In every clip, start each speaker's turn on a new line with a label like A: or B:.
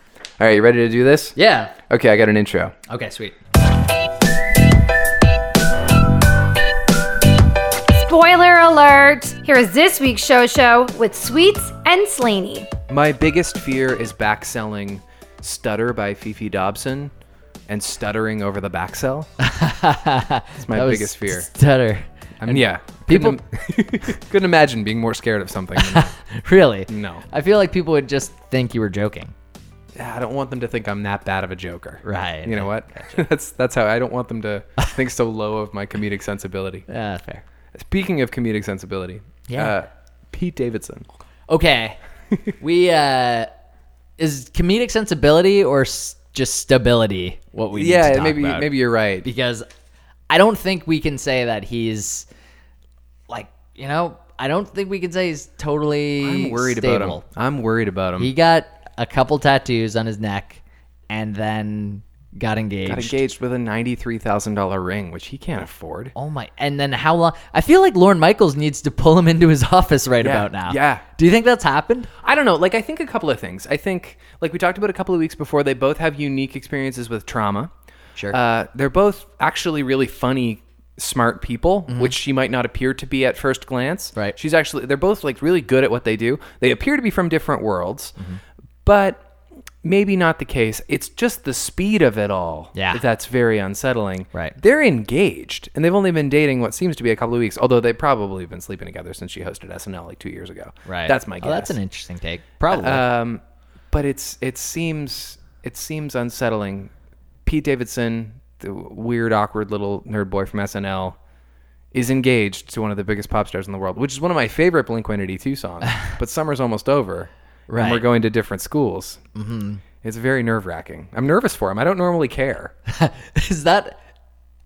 A: All right, you ready to do this?
B: Yeah.
A: Okay, I got an intro.
B: Okay, sweet.
C: Spoiler alert! Here is this week's show show with Sweets and Slaney.
A: My biggest fear is back selling Stutter by Fifi Dobson and stuttering over the back sell. It's my
B: That was
A: biggest fear.
B: Stutter.
A: I mean, yeah.
B: people-
A: couldn't, im- couldn't imagine being more scared of something. Than,
B: Really?
A: no.
B: I feel like people would just think you were joking.
A: I don't want them to think I'm that bad of a joker.
B: Right.
A: You know what? that's that's how I don't want them to think so low of my comedic sensibility.
B: Uh, fair.
A: Speaking of comedic sensibility,
B: Yeah.
A: uh, Pete Davidson.
B: Okay. we uh is comedic sensibility or s- just stability what we need to
A: Yeah,
B: talk
A: maybe
B: about?
A: maybe you're right.
B: because I don't think we can say that he's like, you know, I don't think we can say he's totally
A: I'm worried about him.
B: stable.
A: I'm worried about him.
B: He got a couple tattoos on his neck and then got engaged.
A: got engaged with a ninety-three thousand dollar ring, which he can't afford.
B: Oh my! And then how long? I feel like Lauren Michaels needs to pull him into his office right about now.
A: yeah.
B: Do you think that's happened?
A: I don't know. Like, I think a couple of things. I think, like we talked about a couple of weeks before, they both have unique experiences with trauma.
B: Sure.
A: Uh, they're both actually really funny, smart people, which she might not appear to be at first glance.
B: Mm-hmm. Right.
A: She's actually, they're both like really good at what they do. They appear to be from different worlds,
B: Mm-hmm.
A: but maybe not the case. It's just the speed of it all.
B: Yeah.
A: That's very unsettling.
B: Right.
A: They're engaged and they've only been dating what seems to be a couple of weeks, although they've probably been sleeping together since she hosted SNL like two years ago. That's my guess.
B: Oh, that's Uh, an interesting take. Probably.
A: Um, but it's it seems it seems unsettling. Pete Davidson, the weird, awkward little nerd boy from SNL, is engaged to one of the biggest pop stars in the world, which is one of my favorite Blink One Eighty Two songs. but summer's almost over, and we're
B: Right.
A: going to different schools. Mm-hmm. It's very nerve wracking. I'm nervous for him. I don't normally care.
B: is that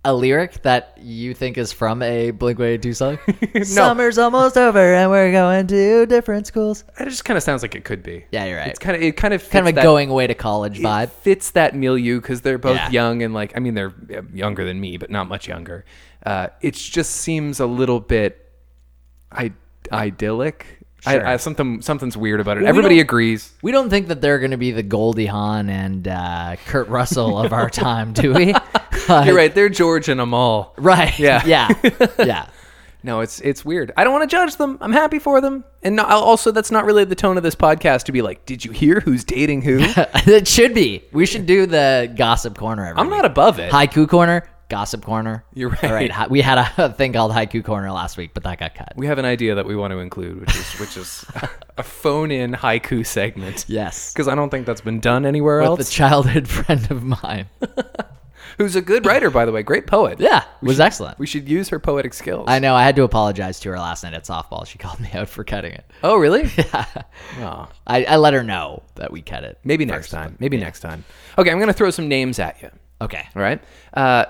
B: a lyric that you think is from a Blink One Eighty Two song? Summer's almost over and we're going to different schools.
A: It just kind of sounds like it could be.
B: Yeah, you're right.
A: It's kind of it kind of
B: Kind of a
A: fits that-
B: going away to college vibe.
A: It fits that milieu because they're both
B: Yeah.
A: young and like I mean they're uh, younger than me, but not much younger. Uh, it just seems a little bit I- idyllic. I, I, something something's weird about it. Everybody
B: don't-
A: agrees.
B: We don't think that they're going to be the Goldie Hawn and uh, Kurt Russell of our time, do we? Like-
A: You're right. They're George and Amal.
B: Right.
A: Yeah.
B: Yeah. yeah.
A: No, it's it's weird. I don't want to judge them. I'm happy for them, and no, also that's not really the tone of this podcast to be like, did you hear who's dating who?
B: it should be. We should do the gossip corner. Every
A: I'm
B: week.
A: not above it.
B: haiku corner, gossip corner.
A: You're
B: All
A: right.
B: right. hi- We had a thing called haiku corner last week, but that got cut.
A: We have an idea that we want to include, which is which is a phone in haiku segment.
B: Yes.
A: because I don't think that's been done anywhere else.
B: With a childhood friend of mine.
A: who's a good writer, by the way, great poet.
B: Yeah. was excellent.
A: We should use her poetic skills.
B: I know. I had to apologize to her last night at softball. She called me out for cutting it.
A: oh, really?
B: I, I let her know that we cut it.
A: Maybe next time. Maybe next time. Okay, I'm going to throw some names at you.
B: Okay.
A: All right. Uh,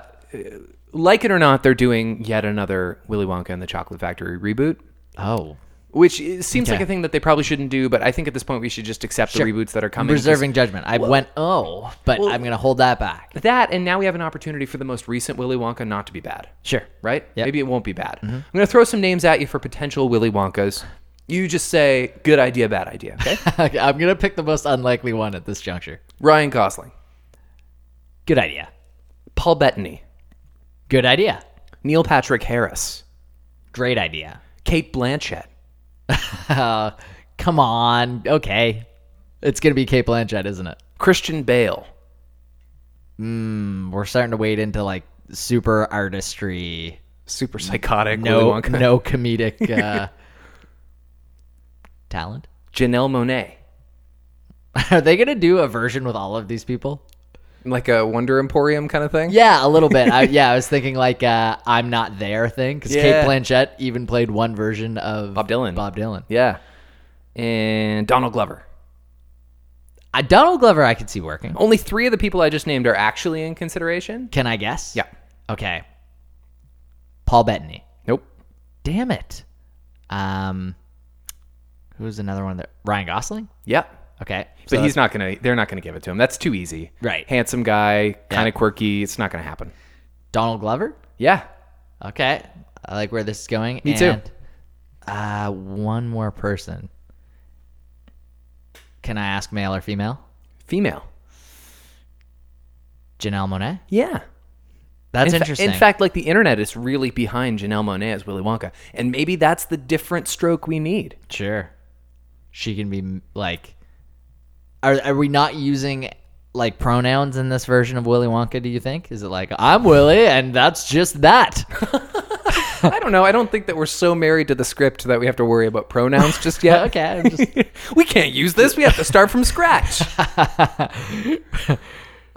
A: like it or not, they're doing yet another Willy Wonka and the Chocolate Factory reboot,
B: Oh.
A: which i- seems like
B: Okay.
A: a thing that they probably shouldn't do. But I think at this point, we should just accept the reboots that are coming. 'cause
B: Reserving judgment. I went, oh, but I'm going to hold that back.
A: that, and now we have an opportunity for the most recent Willy Wonka not to be bad.
B: Sure. Mm-hmm.
A: right?
B: Yep.
A: Maybe it won't be bad. I'm going to throw some names at you for potential Willy Wonkas. You just say good idea, bad idea. Okay.
B: okay, I'm going to pick the most unlikely one at this juncture.
A: Ryan Gosling,
B: Good idea.
A: Paul Bettany,
B: Good idea.
A: Neil Patrick Harris,
B: Great idea.
A: Kate Blanchett.
B: Uh, come on. Okay. It's going to be Kate Blanchett, isn't it?
A: Christian Bale.
B: Mm, We're starting to wade into like super artistry.
A: Super psychotic.
B: No,
A: Willy Wonka.
B: no comedic uh, talent.
A: Janelle Monet.
B: Are they going to do a version with all of these people?
A: Like a Wonder Emporium kind of thing?
B: Yeah, a little bit. I, yeah, I was thinking like uh, I'm not there thing because
A: Yeah.
B: Kate Blanchett even played one version of
A: Bob Dylan.
B: Bob Dylan.
A: Yeah. And Donald Glover.
B: Uh, Donald Glover, I could see working.
A: Only three of the people I just named are actually in consideration.
B: Can I guess?
A: Yeah.
B: Okay. Paul Bettany.
A: Nope.
B: Damn it. Um, who's another one that Ryan Gosling?
A: Yep.
B: Okay,
A: But he's not gonna. They're not gonna give it to him. That's too easy.
B: Right.
A: Handsome guy, kind of quirky. It's not gonna happen.
B: Donald Glover.
A: Yeah.
B: Okay, I like where this is going.
A: Me too.
B: And, uh, one more person. Can I ask male or female?
A: Female.
B: Janelle Monet.
A: Yeah.
B: That's
A: in fa-
B: interesting.
A: in fact, like the internet is really behind Janelle Monet as Willy Wonka, and maybe that's the different stroke we need.
B: sure, she can be m- like. Are are we not using like pronouns in this version of Willy Wonka? Do you think is it like I'm Willy and that's just that?
A: I don't know. I don't think that we're so married to the script that we have to worry about pronouns just yet.
B: okay, I'm just,
A: we can't use this. We have to start from scratch.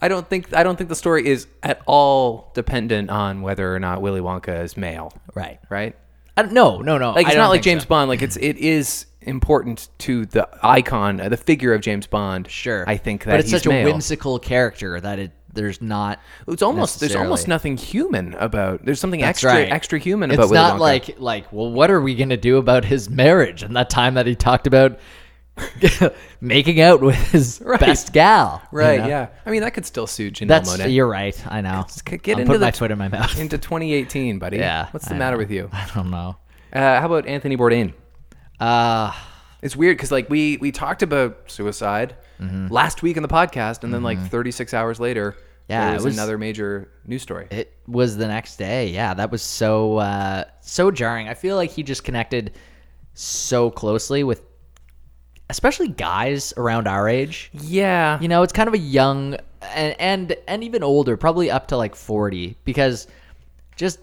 A: I don't think I don't think the story is at all dependent on whether or not Willy Wonka is male,
B: right.
A: right?
B: I don't, no, no, no.
A: Like it's
B: I don't
A: not like
B: think
A: James
B: so.
A: Bond. Like it's it is important to the icon, uh, the figure of James Bond.
B: Sure,
A: I think that
B: but it's
A: he's
B: such
A: male.
B: a whimsical character that it there's not.
A: It's almost there's almost
B: necessarily.
A: nothing human about. There's something
B: That's
A: extra
B: right.
A: extra human
B: It's
A: about. Willy
B: not
A: Wonka.
B: like like well, what are we gonna do about his marriage and that time that he talked about making out with his
A: Right.
B: best gal, you
A: right.
B: know?
A: Yeah. I mean that could still sue Janelle
B: That's
A: Monáe.
B: you're right. I know.
A: get into
B: I'm putting
A: the-
B: my foot in my mouth.
A: into 2018, buddy.
B: Yeah,
A: What's the
B: I
A: matter
B: know.
A: with you?
B: I don't know.
A: Uh, how about Anthony Bourdain?
B: Uh,
A: It's weird because like we we talked about suicide
B: Mm-hmm.
A: last week in the podcast, and then like 36 hours later,
B: Yeah,
A: there
B: it
A: was,
B: was-
A: another major news story.
B: it was the next day. Yeah, that was so uh, so jarring. I feel like he just connected so closely with, especially guys around our age.
A: yeah,
B: you know it's kind of a young and and and even older probably up to like 40 because just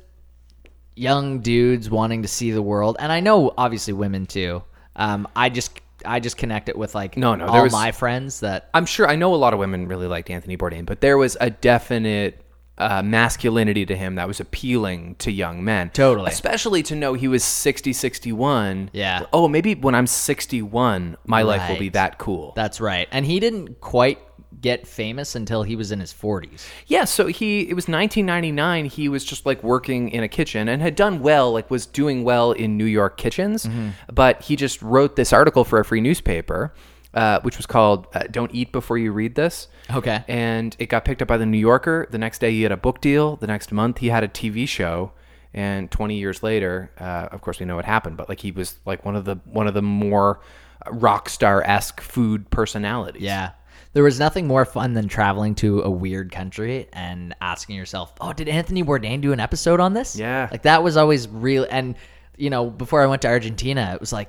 B: young dudes wanting to see the world and i know obviously women too um i just i just connect it with like
A: No, no,
B: all
A: there was-
B: my friends that
A: I'm sure I know a lot of women really liked Anthony Bourdain, but there was a definite uh, masculinity to him that was appealing to young men.
B: Totally.
A: Especially to know he was 60, 61.
B: Yeah.
A: Oh, maybe when I'm 61, my life will be
B: Right.
A: that cool.
B: that's right and he didn't quite get famous until he was in his 40s
A: Yeah, so he it was 1999. He was just like working in a kitchen and had done well, like was doing well in New York kitchens.
B: Mm-hmm.
A: But he just wrote this article for a free newspaper, uh, which was called uh, "Don't Eat Before You Read This."
B: Okay.
A: and it got picked up by the New Yorker. The next day, he had a book deal. The next month, he had a TV show. And 20 years later, uh, of course, we know what happened. But like he was like one of the one of the more rock star esque food personalities.
B: yeah there was nothing more fun than traveling to a weird country and asking yourself, "Oh, did Anthony Bourdain do an episode on this?"
A: Yeah.
B: like that was always real. And you know, before I went to Argentina, it was like,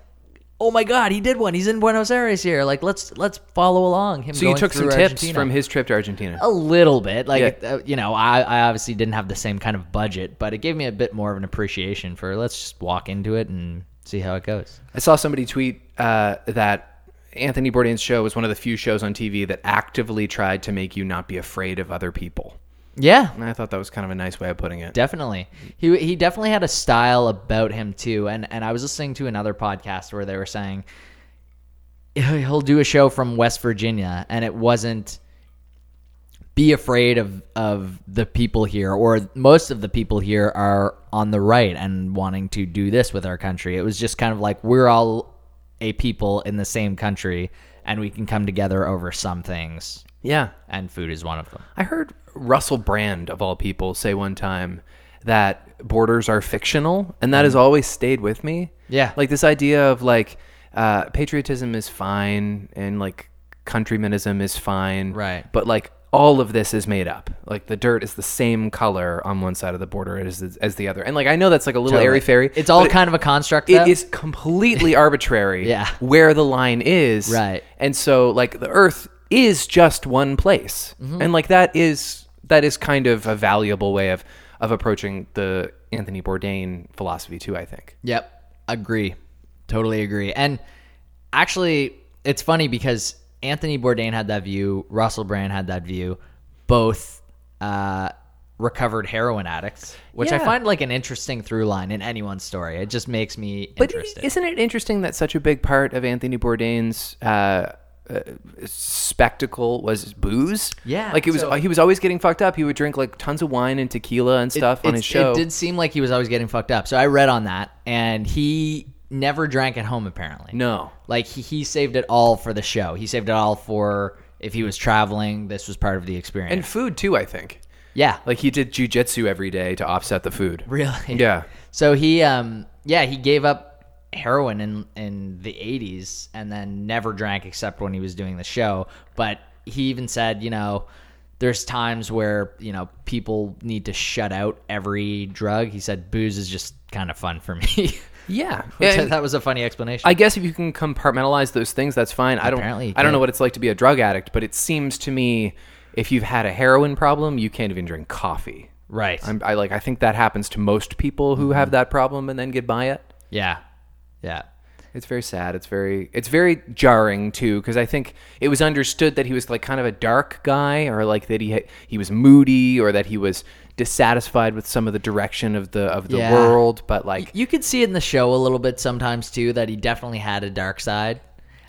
B: "Oh my God, he did one. He's in Buenos Aires here. Like, let's let's follow along." Him.
A: So you
B: going
A: took some
B: through
A: tips
B: Argentina.
A: from his trip to Argentina.
B: a little bit. Like,
A: Yeah.
B: uh, you know, I, I obviously didn't have the same kind of budget, but it gave me a bit more of an appreciation for let's just walk into it and see how it goes.
A: I saw somebody tweet uh, that Anthony Bourdain's show was one of the few shows on TV that actively tried to make you not be afraid of other people.
B: Yeah,
A: And I thought that was kind of a nice way of putting it.
B: Definitely. He he definitely had a style about him too. And and I was listening to another podcast where they were saying he'll do a show from West Virginia and it wasn't be afraid of of the people here or most of the people here are on the right and wanting to do this with our country. It was just kind of like we're all a people in the same country and we can come together over some things
A: yeah.
B: and food is one of them.
A: I heard Russell Brand, of all people, say one time that borders are fictional, and that has always stayed with me.
B: Mm-hmm. Yeah.
A: Like this idea of like uh, patriotism is fine and like countrymanism is fine.
B: Right.
A: But like all of this is made up. Like the dirt is the same color on one side of the border as, as the other. And like I know that's like a little airy fairy.
B: It's all
A: but it-
B: kind of a construct though.
A: it is completely arbitrary
B: Yeah.
A: where the line is
B: Right.
A: and so like the earth is just one place and like that is that is kind of a valuable way of of approaching the anthony bourdain philosophy too i think
B: Yep. Agree. Totally agree. And actually, it's funny because Anthony Bourdain had that view, Russell Brand had that view, both uh, recovered heroin addicts, which I
A: Yeah.
B: find like an interesting through line in anyone's story. It just makes me
A: but
B: interested.
A: isn't it interesting that such a big part of anthony bourdain's uh, uh, spectacle was booze.
B: Yeah,
A: like it was. uh,
B: so-
A: he was always getting fucked up. He would drink like tons of wine and tequila and stuff on
B: It's-
A: his show.
B: It did seem like he was always getting fucked up. So I read on that, and he never drank at home apparently.
A: No.
B: like he, he saved it all for the show. He saved it all for if he was traveling. This was part of the experience.
A: and food too. I think.
B: yeah,
A: Like he did jujitsu every day to offset the food.
B: Really?
A: Yeah.
B: So he, um, yeah, he gave up heroin in in the '80s and then never drank except when he was doing the show. But he even said, you know, there's times where you know people need to shut out every drug. He said booze is just kind of fun for me.
A: Yeah.
B: Which I
A: And
B: that was a funny explanation.
A: I guess if you can compartmentalize those things, that's fine. I don't.
B: Apparently you
A: I don't know
B: can.
A: what it's like to be a drug addict, but it seems to me if you've had a heroin problem, you can't even drink coffee.
B: right.
A: I'm, I like. I think that happens to most people who
B: Mm-hmm.
A: have that problem and then get by it.
B: yeah. Yeah.
A: It's very sad. It's very it's very jarring too because I think it was understood that he was like kind of a dark guy or like that he had, he was moody or that he was dissatisfied with some of the direction of the of the
B: Yeah.
A: world but like
B: You could see in the show a little bit sometimes too that he definitely had a dark side.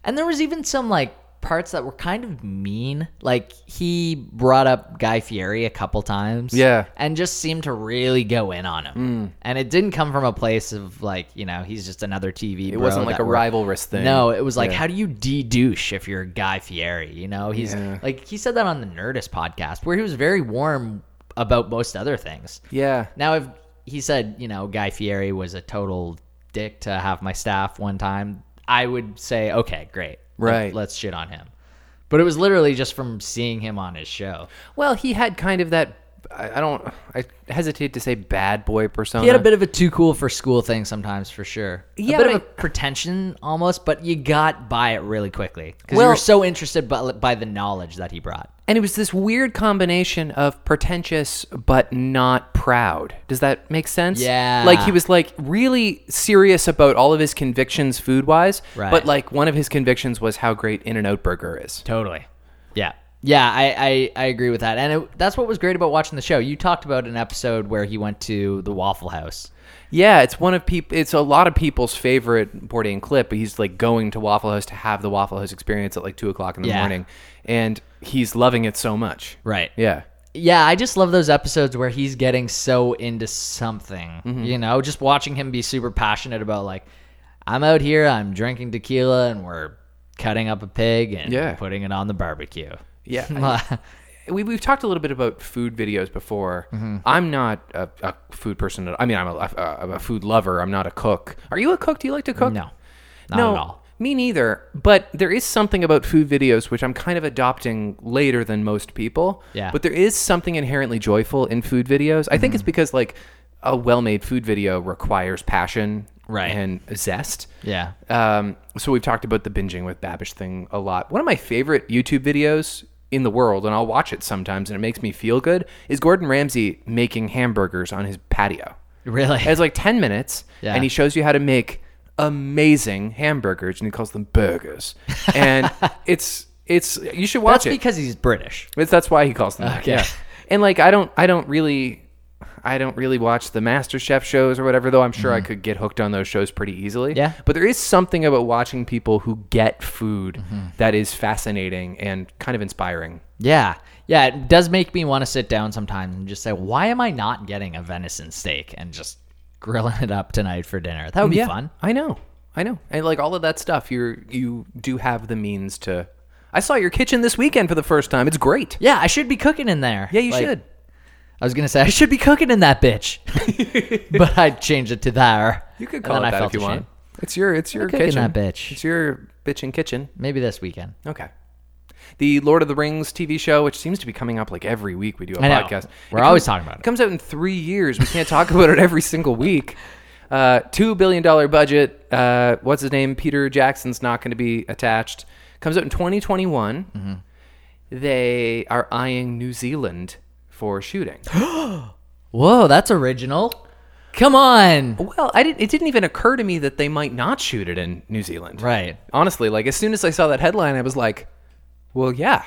B: And there was even some like parts that were kind of mean. Like he brought up Guy Fieri a couple times.
A: Yeah. Hmm.
B: And just seemed to really go in on him. And it didn't come from a place of like, you know, he's just another TV.
A: it wasn't like a rivalrous thing.
B: No, it was like,
A: Yeah.
B: how do you de-douche if you're Guy Fieri? You know, he's
A: Yeah.
B: like he said that on the Nerdist podcast where he was very warm about most other things.
A: yeah.
B: Now, if he said, you know, Guy Fieri was a total dick to half my staff one time, I would say, okay, great, Let-
A: Right.
B: let's shit on him. But it was literally just from seeing him on his show.
A: Well, he had kind of that I I don't I hesitate to say bad boy persona.
B: He had a bit of a too cool for school thing sometimes, for sure.
A: Yeah,
B: a bit
A: but
B: of a pretension almost, but you got by it really quickly because you
A: Well-
B: were so interested by, by the knowledge that he brought.
A: and it was this weird combination of pretentious but not proud. Does that make sense?
B: Yeah.
A: Like he was like really serious about all of his convictions food wise,
B: Right.
A: but like one of his convictions was how great In and Out Burger is.
B: Totally. Yeah. Yeah, I, I, I agree with that. And it, that's what was great about watching the show. You talked about an episode where he went to the Waffle House.
A: Yeah, it's one of people. It's a lot of people's favorite Bourdain clip. But he's like going to Waffle House to have the Waffle House experience at like two o'clock in the
B: Yeah.
A: morning, and he's loving it so much.
B: Right.
A: Yeah.
B: Yeah, I just love those episodes where he's getting so into something.
A: Mm-hmm.
B: You know, just watching him be super passionate about like, I'm out here, I'm drinking tequila, and we're cutting up a pig and
A: Yeah.
B: putting it on the barbecue.
A: Yeah. we, we've talked a little bit about food videos before.
B: Mm-hmm.
A: I'm not a, a food person. At, I mean, I'm a, a, a food lover. I'm not a cook. Are you a cook? Do you like to cook?
B: no, not
A: no,
B: at all.
A: me neither. But there is something about food videos which I'm kind of adopting later than most people.
B: Yeah. Mm-hmm.
A: But there is something inherently joyful in food videos. I think it's because like a well-made food video requires passion
B: Right.
A: and zest.
B: Yeah.
A: Um, so we've talked about the binging with Babish thing a lot. One of my favorite YouTube videos in the world, and I'll watch it sometimes, and it makes me feel good, is Gordon Ramsay making hamburgers on his patio.
B: Really?
A: It's like ten minutes,
B: Yeah.
A: and he shows you how to make amazing hamburgers, and he calls them burgers. And it's it's you should watch
B: That's
A: it.
B: because he's British.
A: It's- that's why he calls them. that,
B: Okay.
A: yeah. And like I don't I don't really I don't really watch the Master Chef shows or whatever though I'm sure I could get hooked on those shows pretty easily.
B: Mm-hmm. Yeah.
A: But there is something about watching people who get food
B: Mm-hmm.
A: that is fascinating and kind of inspiring.
B: Yeah. Yeah, it does make me want to sit down sometimes and just say, why am I not getting a venison steak and just grilling it up tonight for dinner? That would be fun.
A: I know. I know. And like all of that stuff you're you do have the means to I saw your kitchen this weekend for the first time. It's great.
B: Yeah, I should be cooking in there.
A: Yeah, you
B: Like,
A: should.
B: I was gonna say I should be cooking in that bitch, but I changed it to there.
A: You could
B: And
A: call
B: then
A: it
B: I
A: that
B: felt
A: if you want.
B: ashamed.
A: It's your it's your
B: cooking
A: kitchen.
B: that bitch.
A: It's your bitchin' kitchen.
B: Maybe this weekend.
A: Okay. The Lord of the Rings TV show, which seems to be coming up like every week, we do a
B: I know.
A: podcast.
B: We're
A: It
B: always
A: comes-
B: talking about it.
A: Comes out in three years. We can't talk about it every single week. Uh, Two billion dollar budget. Uh, what's his name? Peter Jackson's not going to be attached. Comes out in 2021.
B: Mm-hmm.
A: They are eyeing New Zealand for shooting.
B: Whoa, that's original. Come on.
A: well, I didn't. It didn't even occur to me that they might not shoot it in New Zealand.
B: Right.
A: Honestly, like as soon as I saw that headline, I was like, "Well, yeah."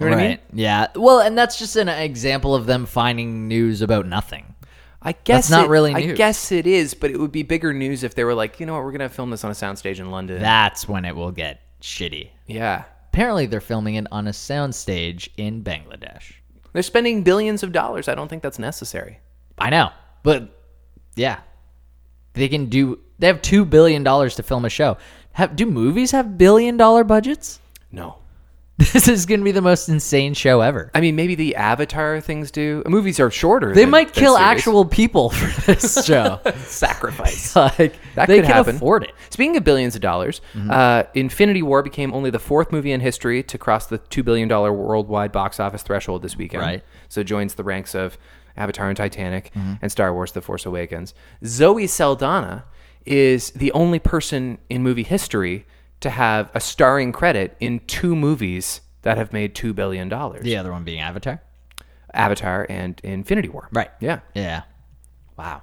A: You know what I mean?
B: Yeah. Well, and that's just an example of them finding news about nothing.
A: I guess
B: not
A: it-
B: really
A: I
B: news.
A: guess it is, but it would be bigger news if they were like, you know what, we're gonna film this on a soundstage in London.
B: That's when it will get shitty.
A: yeah,
B: Apparently, they're filming it on a soundstage in Bangladesh.
A: they're spending billions of dollars. I don't think that's necessary.
B: I know, but yeah, they can do. They have two billion dollars to film a show. Have, do movies have billion dollar budgets?
A: No,
B: This is going to be the most insane show ever.
A: I mean, maybe the Avatar things do. Movies are shorter.
B: They
A: than-
B: might
A: than
B: kill
A: series.
B: actual people for this show.
A: sacrifice.
B: like
A: That
B: they
A: could
B: can
A: happen.
B: afford it.
A: Speaking of billions of dollars,
B: Mm-hmm.
A: uh, Infinity War became only the fourth movie in history to cross the two billion dollar worldwide box office threshold this weekend.
B: Right. Mm-hmm.
A: So it joins the ranks of Avatar and Titanic and Star Wars: The Force Awakens. Zoe Saldana is the only person in movie history to have a starring credit in two movies that have made two billion dollars:
B: The other one being Avatar.
A: Avatar and Infinity War.
B: Right.
A: Yeah.
B: Yeah. Wow.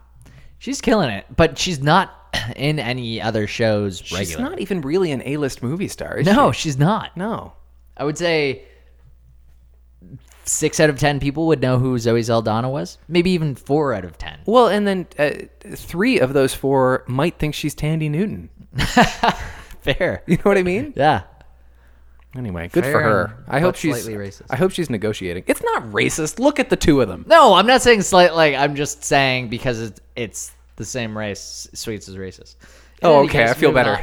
B: She's killing it, but she's not in any other shows regularly.
A: She's not even really an A-list movie star. Is
B: no,
A: She?
B: she's not.
A: No.
B: I would say six out of ten people would know who Zoe Saldana was. Maybe even four out of ten.
A: Well, and then uh, three of those four might think she's Tandy Newton.
B: Fair.
A: You know what I mean?
B: Yeah.
A: Anyway, good
B: Fair
A: for her.
B: and-
A: I hope
B: but
A: she's
B: slightly racist.
A: I hope she's negotiating. It's not racist. Look at the two of them.
B: No, I'm not saying slight. Like I'm just saying because it's it's the same race. Sweets is racist. In
A: Oh,
B: any
A: okay, I feel
B: we will not-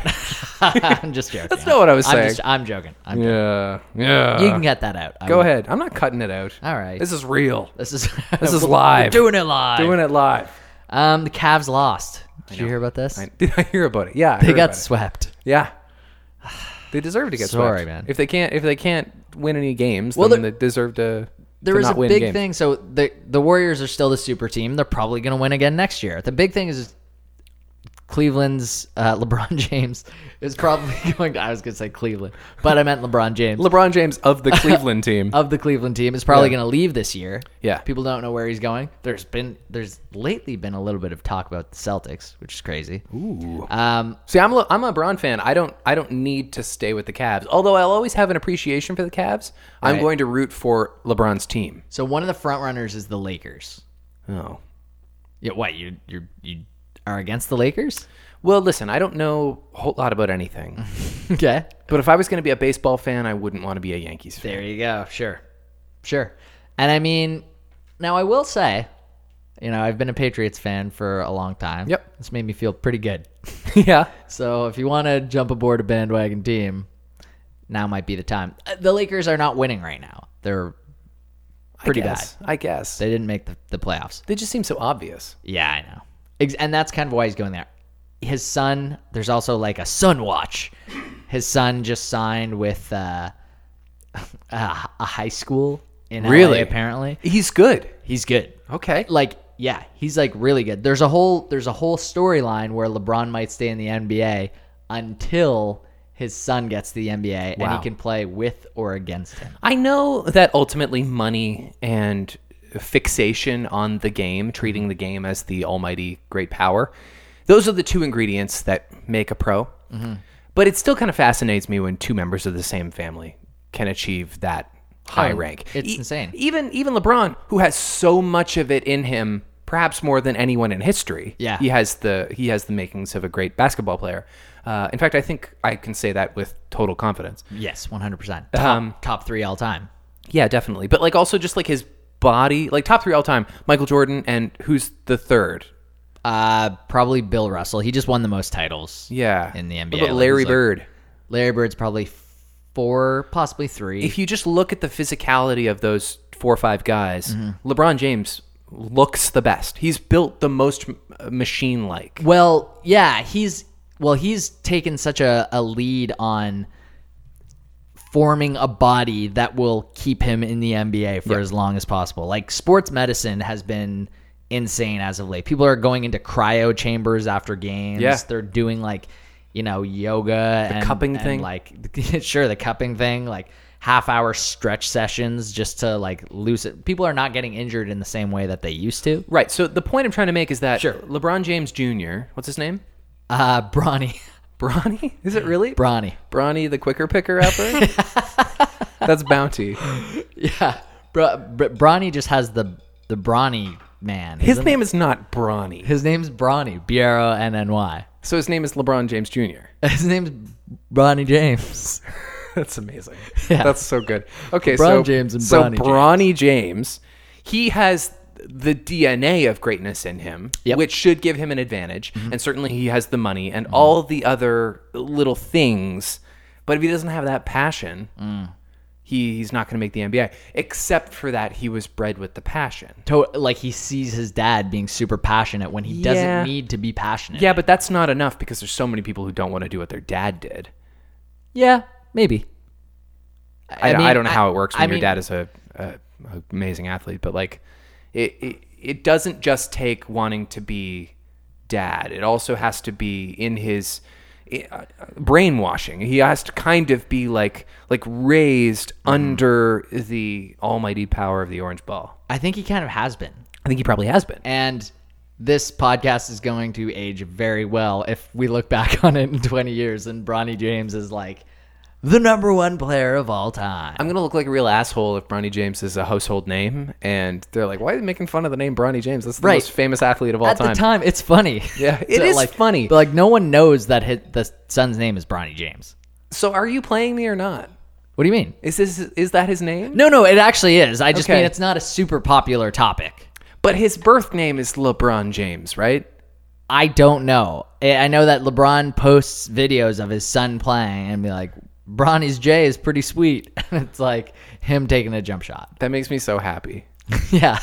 B: I'm just joking. That's
A: not what I was
B: I'm
A: saying.
B: Just, I'm joking. I'm,
A: Yeah, yeah.
B: You can cut that out. I
A: go
B: will-
A: ahead. I'm not cutting it out.
B: All right.
A: This is real.
B: This is
A: This is
B: we're
A: live.
B: doing it live.
A: Doing it live.
B: Um, the Cavs lost. Did you hear about this?
A: I, did I hear about it? Yeah, I
B: They
A: heard
B: got
A: about it.
B: swept.
A: Yeah, they deserve to get
B: Sorry,
A: swept.
B: man.
A: If they can't, if they can't win any games,
B: Well,
A: then
B: there-
A: they deserve to.
B: There
A: to
B: was
A: not
B: a
A: win
B: big
A: games.
B: thing. So the the Warriors are still the super team. They're probably going to win again next year. The big thing is Cleveland's uh, LeBron James is probably going. to I was going to say Cleveland, but I meant LeBron James.
A: LeBron James of the Cleveland team.
B: of the Cleveland team is probably
A: Yeah.
B: going to leave this year.
A: Yeah.
B: people don't know where he's going. There's been there's lately been a little bit of talk about the Celtics, which is crazy. Ooh. Um,
A: See, I'm a, I'm a Braun fan. I don't I don't need to stay with the Cavs. Although I'll always have an appreciation for the Cavs. I'm
B: Right.
A: going to root for LeBron's team.
B: so one of the front runners is the Lakers.
A: Oh.
B: Yeah, what you you you are against the Lakers?
A: Well, listen, I don't know a whole lot about anything.
B: okay,
A: but if I was going to be a baseball fan, I wouldn't want to be a Yankees fan.
B: there you go. Sure, sure. And I mean, now I will say, you know, I've been a Patriots fan for a long time.
A: Yep.
B: this made me feel pretty good.
A: yeah.
B: So if you want to jump aboard a bandwagon team, now might be the time. Uh, The Lakers are not winning right now. They're pretty
A: I
B: bad.
A: guess. I guess.
B: They didn't make the, the playoffs.
A: They just seem so obvious.
B: Yeah, I know. Ex- and that's kind of why he's going there. His son, there's also like a son watch. His son just signed with uh, a, a high school in LA,
A: Really?
B: apparently.
A: He's good.
B: He's good.
A: Okay.
B: like yeah, he's like really good. There's a whole there's a whole storyline where LeBron might stay in the NBA until his son gets to the NBA and
A: Wow.
B: he can play with or against him.
A: I know that ultimately money and fixation on the game, treating the game as the almighty great power, those are the two ingredients that make a pro.
B: Mm-hmm.
A: But it still kind of fascinates me when two members of the same family can achieve that high
B: Oh,
A: rank. E-,
B: it's insane.
A: Even even LeBron, who has so much of it in him, perhaps more than anyone in history.
B: Yeah.
A: he has the he has the makings of a great basketball player. Uh, in fact, I think I can say that with total confidence.
B: Yes, 100%. Top,
A: Um,
B: top 3 all time.
A: Yeah, definitely. But like also just like his body, like top three all time, Michael Jordan and who's the third?
B: Uh probably Bill Russell. He just won the most titles.
A: Yeah,
B: In the
A: What
B: NBA,
A: about
B: like,
A: Larry
B: he's, like-
A: Bird.
B: Larry Bird's probably 4, possibly 3.
A: if you just look at the physicality of those four or five guys,
B: Mm-hmm.
A: LeBron James looks the best. He's built the most machine like.
B: Well, yeah, he's well, he's taken such a, a lead on forming a body that will keep him in the NBA for as long as possible. Like sports medicine has been insane as of late. People are going into cryo chambers after games.
A: Yeah.
B: They're doing like, you know, yoga and
A: cupping
B: and,
A: thing?
B: Like sure, the cupping thing, like half hour stretch sessions just to like loosen people are not getting injured in the same way that they used to.
A: Right. So the point I'm trying to make is that
B: Sure.
A: LeBron James Jr. What's his name?
B: Uh Bronny.
A: Bronny? Is it really?
B: Bronny.
A: Bronny, the quicker picker upper? That's Bounty.
B: Yeah, Bro, Br- Bronny just has the the Bronny man.
A: His
B: isn't
A: name is not Bronny.
B: it? his name's Bronny B R O N N Y.
A: So his name is LeBron James Jr.
B: His name's Bronny James.
A: That's amazing.
B: Yeah.
A: That's so good. Okay, so
B: Bron James and
A: so
B: Bronny James.
A: Bronny James, he has the DNA of greatness in him,
B: Yep. Mm-hmm.
A: which should give him an advantage, and certainly he has the money and
B: Mm.
A: all the other little things. But if he doesn't have that passion, he, he's not going to make the NBA. Except for that, he was bred with the passion.
B: To- like he sees his dad being super passionate when he
A: Yeah.
B: doesn't need to be passionate.
A: Yeah, but that's not enough because there's so many people who don't want to do what their dad did.
B: Yeah, maybe.
A: I, I don't know how it works when
B: I
A: your
B: mean-
A: dad is a, a a amazing athlete, but like it, it it doesn't just take wanting to be dad. It also has to be in his i- uh, brainwashing. He has to kind of be like like raised under the almighty power of the orange ball.
B: I think he kind of has been.
A: I think he probably has been.
B: And this podcast is going to age very well if we look back on it in 20 years and Bronny James is like the number one player of all time.
A: I'm gonna look like a real asshole if Bronny James is a household name, and they're like, "Why are they making fun of the name Bronny James? That's the
B: Right.
A: most famous athlete of all
B: At
A: time."
B: the time, it's funny.
A: Yeah, it is
B: like,
A: funny.
B: but, like no one knows that his, the son's name is Bronny James.
A: So, are you playing me or not?
B: What do you mean?
A: Is this is that his name?
B: No, no, it actually is. I just
A: Okay.
B: mean it's not a super popular topic.
A: But his birth name is LeBron James, right?
B: I don't know. I I know that LeBron posts videos of his son playing and be like, Bronny's J is pretty sweet. it's like him taking a jump shot.
A: That makes me so happy.
B: yeah.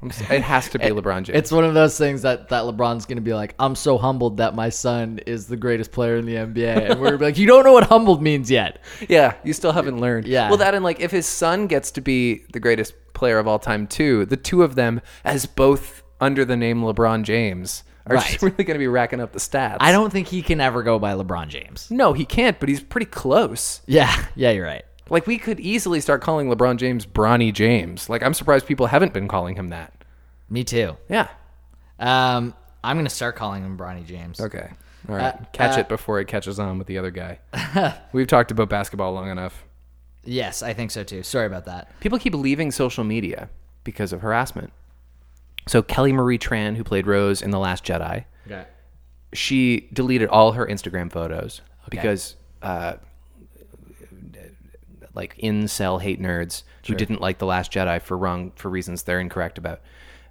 A: I'm so- it has to be LeBron James.
B: It's one of those things that, that LeBron's going to be like, I'm so humbled that my son is the greatest player in the NBA. And we're going to be like, you don't know what humbled means yet.
A: yeah, you still haven't learned.
B: Yeah.
A: Well, that and like if his son gets to be the greatest player of all time too, the two of them as both under the name LeBron James are just
B: Right.
A: really going to be racking up the stats.
B: I don't think he can ever go by LeBron James.
A: No, he can't, but he's pretty close.
B: Yeah. Yeah, you're right.
A: Like we could easily start calling LeBron James Bronny James. Like I'm surprised people haven't been calling him that.
B: Me too.
A: Yeah.
B: Um, I'm going to start calling him Bronny James.
A: Okay. All right. Catch it before it catches on with the other guy. We've talked about basketball long enough.
B: Yes, I think so too. Sorry about that.
A: People keep leaving social media because of harassment. So Kelly Marie Tran, who played Rose in The Last Jedi,
B: Okay.
A: she deleted all her Instagram photos because, uh, like incel hate nerds who didn't like The Last Jedi for wrong for reasons they're incorrect about,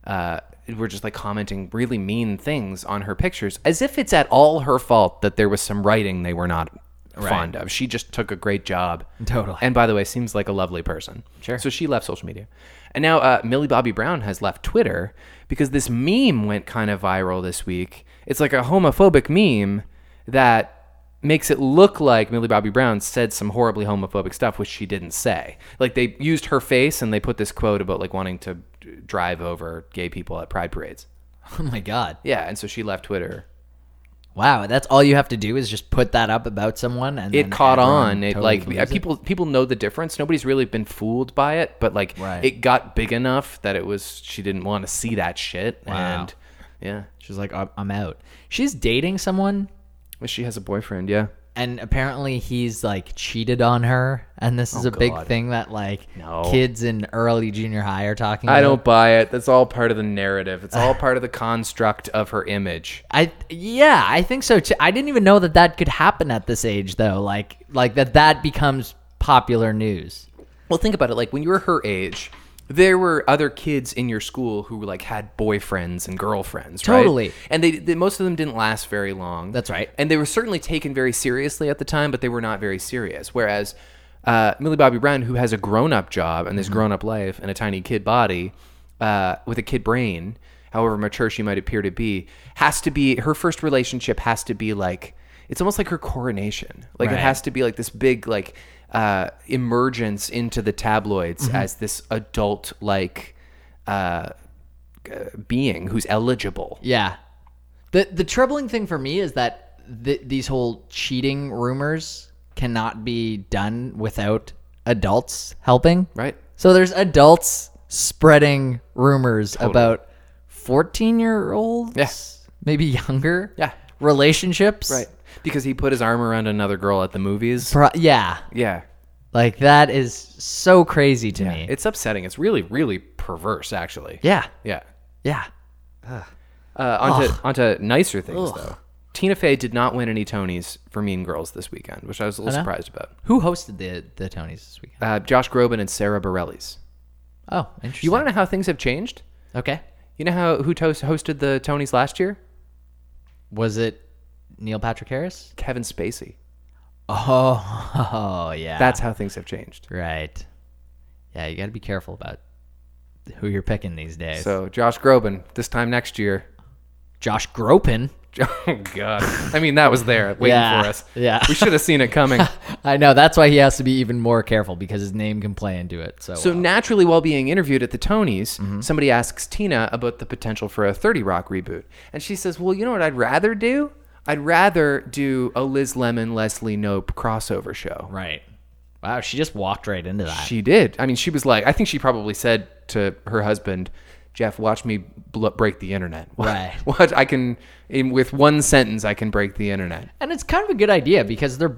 A: uh, were just like commenting really mean things on her pictures, as if it's at all her fault that there was some writing they were not fond of. She just took a great job,
B: Totally.
A: And by the way, seems like a lovely person. Sure. So she left social media, and now uh, Millie Bobby Brown has left Twitter because this meme went kind of viral this week. It's like a homophobic meme that makes it look like Millie Bobby Brown said some horribly homophobic stuff, which she didn't say. Like they used her face and they put this quote about like wanting to drive over gay people at pride parades.
B: Oh my God.
A: Yeah, and so she left Twitter.
B: Wow, that's all you have to do is just put that up about someone, and
A: It
B: then
A: caught
B: everyone
A: on. It
B: totally
A: like
B: believes it?
A: people people know the difference. Nobody's really been fooled by it, but like
B: Right.
A: it got big enough that it was she didn't want to see that shit.
B: Wow.
A: And yeah,
B: She's like, I'm I'm out. She's dating someone,
A: Well, she has a boyfriend. Yeah.
B: and apparently he's like cheated on her, and this is a big thing that like
A: Oh No.
B: kids in early junior high are talking.
A: I
B: about.
A: don't buy it. That's all part of the narrative. It's all part of the construct of her image.
B: I yeah, I think so too. I didn't even know that that could happen at this age, though. Like like that that becomes popular news.
A: Well, think about it. Like when you were her age, there were other kids in your school who like had boyfriends and girlfriends,
B: Totally.
A: right? And they, they most of them didn't last very long.
B: That's right.
A: And they were certainly taken very seriously at the time, but they were not very serious. Whereas uh, Millie Bobby Brown, who has a grown-up job and this grown-up life and a tiny kid body uh, with a kid brain, however mature she might appear to be, has to be her first relationship has to be like it's almost like her coronation. Like it
B: Right.
A: has to be like this big like uh, emergence into the tabloids as this adult like uh, uh, being who's eligible.
B: Yeah. The the troubling thing for me is that th- these whole cheating rumors cannot be done without adults helping.
A: Right.
B: So there's adults spreading rumors about 14-year-olds,
A: Yeah.
B: maybe younger.
A: Yeah.
B: Relationships.
A: Right. Because he put his arm around another girl at the movies.
B: Pro- yeah.
A: Yeah.
B: Like that is so crazy to me.
A: It's upsetting. It's really, really perverse, actually.
B: yeah.
A: Yeah.
B: Yeah.
A: Uh, onto, onto nicer things, though. Tina Fey did not win any Tonys for Mean Girls this weekend, which I was a little surprised about.
B: Who hosted the the Tonys this weekend?
A: Uh, Josh Groban and Sarah Bareilles.
B: Oh, interesting.
A: You want to know how things have changed?
B: okay.
A: You know how who toast hosted the Tonys last year?
B: Was it Neil Patrick Harris?
A: Kevin Spacey.
B: Oh, oh yeah.
A: That's how things have changed.
B: right. Yeah, you got to be careful about who you're picking these days.
A: So Josh Groban, this time next year.
B: Josh Gropin.
A: Oh God! I mean, that was there waiting
B: Yeah,
A: for us.
B: yeah.
A: we should have seen it coming.
B: I know that's why he has to be even more careful because his name can play into it. So,
A: So naturally, while being interviewed at the Tonys,
B: Mm-hmm.
A: somebody asks Tina about the potential for a 30 Rock reboot, and she says, "Well, you know what I'd rather do? I'd rather do a Liz Lemon Leslie Nope crossover show."
B: right. Wow, she just walked right into that.
A: She did. I mean, she was like, I think she probably said to her husband, "Jeff, watch me bl- break the internet.
B: Right.
A: Watch I can in, with one sentence, I can break the internet."
B: and it's kind of a good idea because they're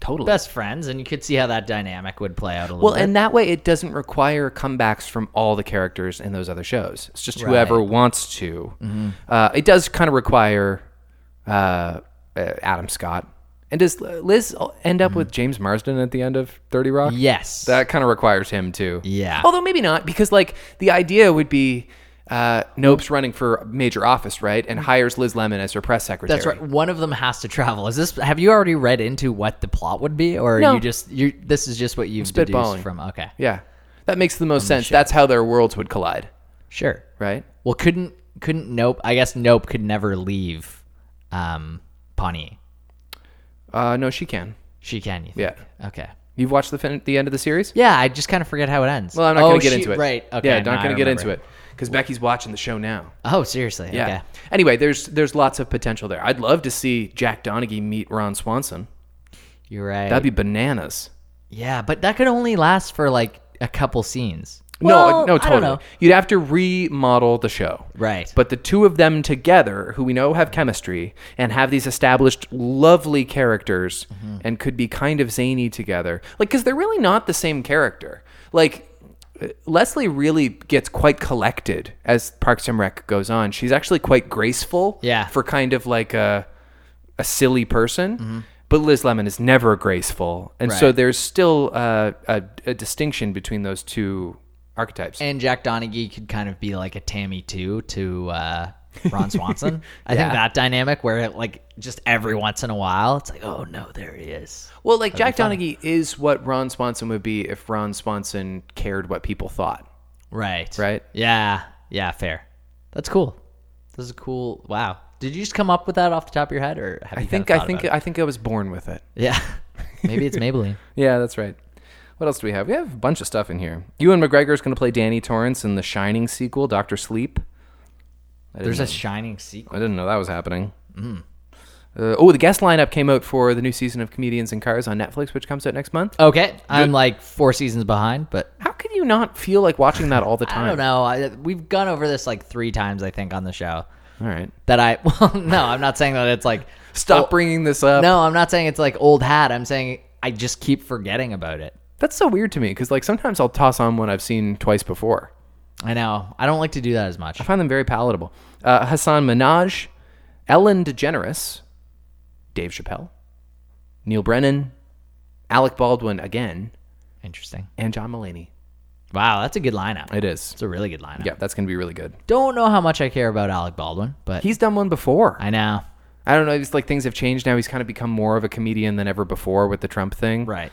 A: Totally.
B: best friends, and you could see how that dynamic would play out a little
A: Well,
B: bit.
A: and that way it doesn't require comebacks from all the characters in those other shows. It's just whoever wants to.
B: Mm-hmm.
A: Uh, it does kind of require uh, uh, Adam Scott. And does Liz end up
B: Mm-hmm.
A: with James Marsden at the end of 30 Rock?
B: yes,
A: That Oh, kind of requires him too.
B: Yeah.
A: Although maybe not, because like the idea would be uh, Nope's running for major office, right? And hires Liz Lemon as her press secretary.
B: Mm-hmm. that's right. One of them has to travel. Is this? Have you already read into what the plot would be, or are
A: No.
B: you just you? This is just what you've deduced
A: spitballing.
B: from. Okay,
A: Yeah. That makes the most sense. That's how their worlds would collide,
B: sure.
A: right?
B: Well, couldn't couldn't Nope? I guess Nope could never leave um, Pawnee.
A: Uh, no, she can.
B: She can. You think?
A: Yeah.
B: Okay.
A: You've watched the fin- the end of the series?
B: Yeah, I just kind of forget how it ends.
A: Well, I'm not
B: Oh,
A: going to get
B: she-
A: into it.
B: Right. Okay.
A: Yeah, not
B: now I
A: going to get into
B: remember.
A: it because Becky's watching the show now.
B: Oh, seriously.
A: Yeah.
B: Okay.
A: Anyway, there's there's lots of potential there. I'd love to see Jack Donaghy meet Ron Swanson.
B: You're right.
A: That'd be bananas.
B: yeah, but that could only last for like a couple scenes.
A: no, uh,
B: Well,
A: no,
B: I don't
A: totally.
B: know.
A: You'd have to remodel the show.
B: Right.
A: But the two of them together, who we know have chemistry and have these established lovely characters
B: Mm-hmm.
A: and could be kind of zany together. Like, because they're really not the same character. Like, uh, Leslie really gets quite collected as Parks and Rec goes on. She's actually quite graceful
B: Yeah.
A: for kind of like a, a silly person. But Liz Lemon is never graceful. And so
B: Mm-hmm. Right.
A: there's still uh, a, a distinction between those two archetypes.
B: and Jack Donaghy could kind of be like a Tammy too to uh, Ron Swanson. I think that dynamic where it, like just every once in a while, it's like, oh no, there he is.
A: Well, like Jack Donaghy is what Ron Swanson would be if Ron Swanson cared what people thought.
B: Right.
A: Right.
B: Yeah. Yeah. Fair. That's cool. This is cool. Wow. Did you just come up with that off the top of your head, or have
A: I
B: you
A: think
B: Kind
A: I
B: of thought
A: think
B: about
A: I think I was born with it.
B: it? yeah. Maybe it's Maybelline.
A: Yeah, that's right. What else do we have? We have a bunch of stuff in here. Ewan McGregor is going to play Danny Torrance in the Shining sequel, Doctor Sleep.
B: There's a shining sequel.
A: I didn't know that was happening. Uh, oh, the guest lineup came out for the new season of Comedians in Cars on Netflix, which comes out next month.
B: Okay, I'm like four seasons behind, but
A: How could you not feel like watching that all the time?
B: I don't know. I, we've gone over this like three times, I think, on the show.
A: All right,
B: That I well, no, I'm not saying that it's like
A: stop
B: Oh,
A: bringing this up.
B: no, I'm not saying it's like old hat. I'm saying I just keep forgetting about it.
A: That's so weird to me because like sometimes I'll toss on one I've seen twice before.
B: I know. I don't like to do that as much.
A: I find them very palatable. Uh, Hassan Minaj, Ellen DeGeneres, Dave Chappelle, Neil Brennan, Alec Baldwin again,
B: Interesting.
A: and John Mulaney.
B: Wow, that's a good lineup.
A: It is.
B: It's a really good lineup.
A: Yeah, that's going to be really good.
B: Don't know how much I care about Alec Baldwin, but
A: He's done one before.
B: I know.
A: I don't know. It's like things have changed now. He's kind of become more of a comedian than ever before with the Trump thing.
B: Right.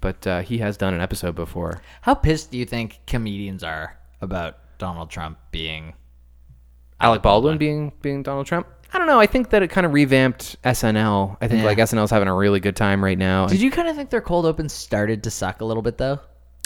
A: But uh, he has done an episode before.
B: How pissed do you think comedians are about Donald Trump being
A: Alec Baldwin being being Donald Trump. I don't know. I think that it kind of revamped SNL. I think
B: Yeah.
A: like SNL's having a really good time right now.
B: Did you kind of think their cold open started to suck a little bit though?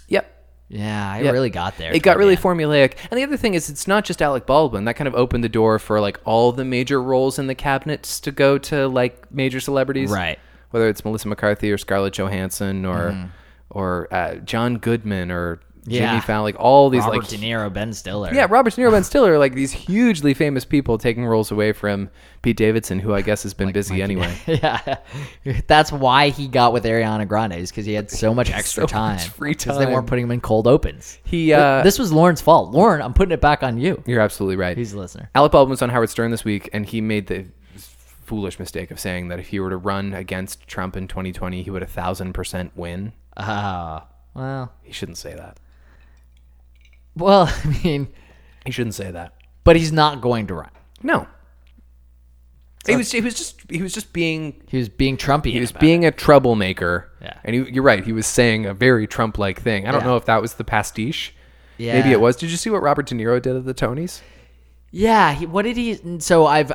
A: yep.
B: Yeah, I really got there.
A: It got
B: toward
A: really
B: the
A: formulaic. And the other thing is, it's not just Alec Baldwin. That kind of opened the door for like all the major roles in the cabinets to go to like major celebrities,
B: end. right. Mm-hmm.
A: Whether it's Melissa McCarthy or Scarlett Johansson or or uh, John Goodman or
B: Yeah.
A: Jimmy Fallon, like all these
B: Robert
A: like
B: De Niro, Ben Stiller.
A: yeah, Robert De Niro, Ben Stiller, like these hugely famous people taking roles away from Pete Davidson, who I guess has been busy anyway.
B: yeah. That's why he got with Ariana Grande is because he had so much extra
A: much
B: time.
A: free
B: 'cause They
A: time.
B: weren't putting him in cold opens.
A: He, uh,
B: this was Lauren's fault. Lauren, I'm putting it back on you.
A: you're absolutely right.
B: He's a listener.
A: Alec Baldwin was on Howard Stern this week, and he made the foolish mistake of saying that if he were to run against Trump in 2020, he would a thousand percent win.
B: Ah, well,
A: He shouldn't say that.
B: well, I mean,
A: He shouldn't say that.
B: but he's not going to run.
A: No. he was he was just he was just being
B: He was being Trumpy.
A: he was being a troublemaker.
B: Yeah.
A: And he, you're right, he was saying a very Trump-like thing. I don't
B: Yeah.
A: know if that was the pastiche.
B: yeah.
A: Maybe it was. Did you see what Robert De Niro did at the Tonys?
B: Yeah. He, what did he? So I've.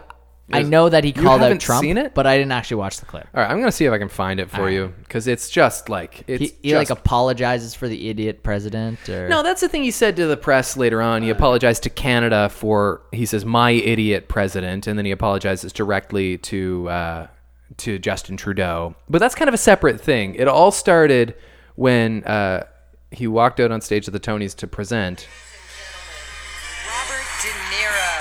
B: I know that he called
A: haven't
B: out Trump,
A: seen it?
B: but I didn't actually watch the clip.
A: All right, I'm gonna see if I can find it for you because it's just like it's
B: He, he
A: just
B: like apologizes for the idiot president, or
A: No, that's the thing he said to the press later on. He apologized to Canada for he says my idiot president, and then he apologizes directly to uh, to Justin Trudeau. But that's kind of a separate thing. It all started when uh, he walked out on stage at the Tonys to present.
D: Robert De Niro.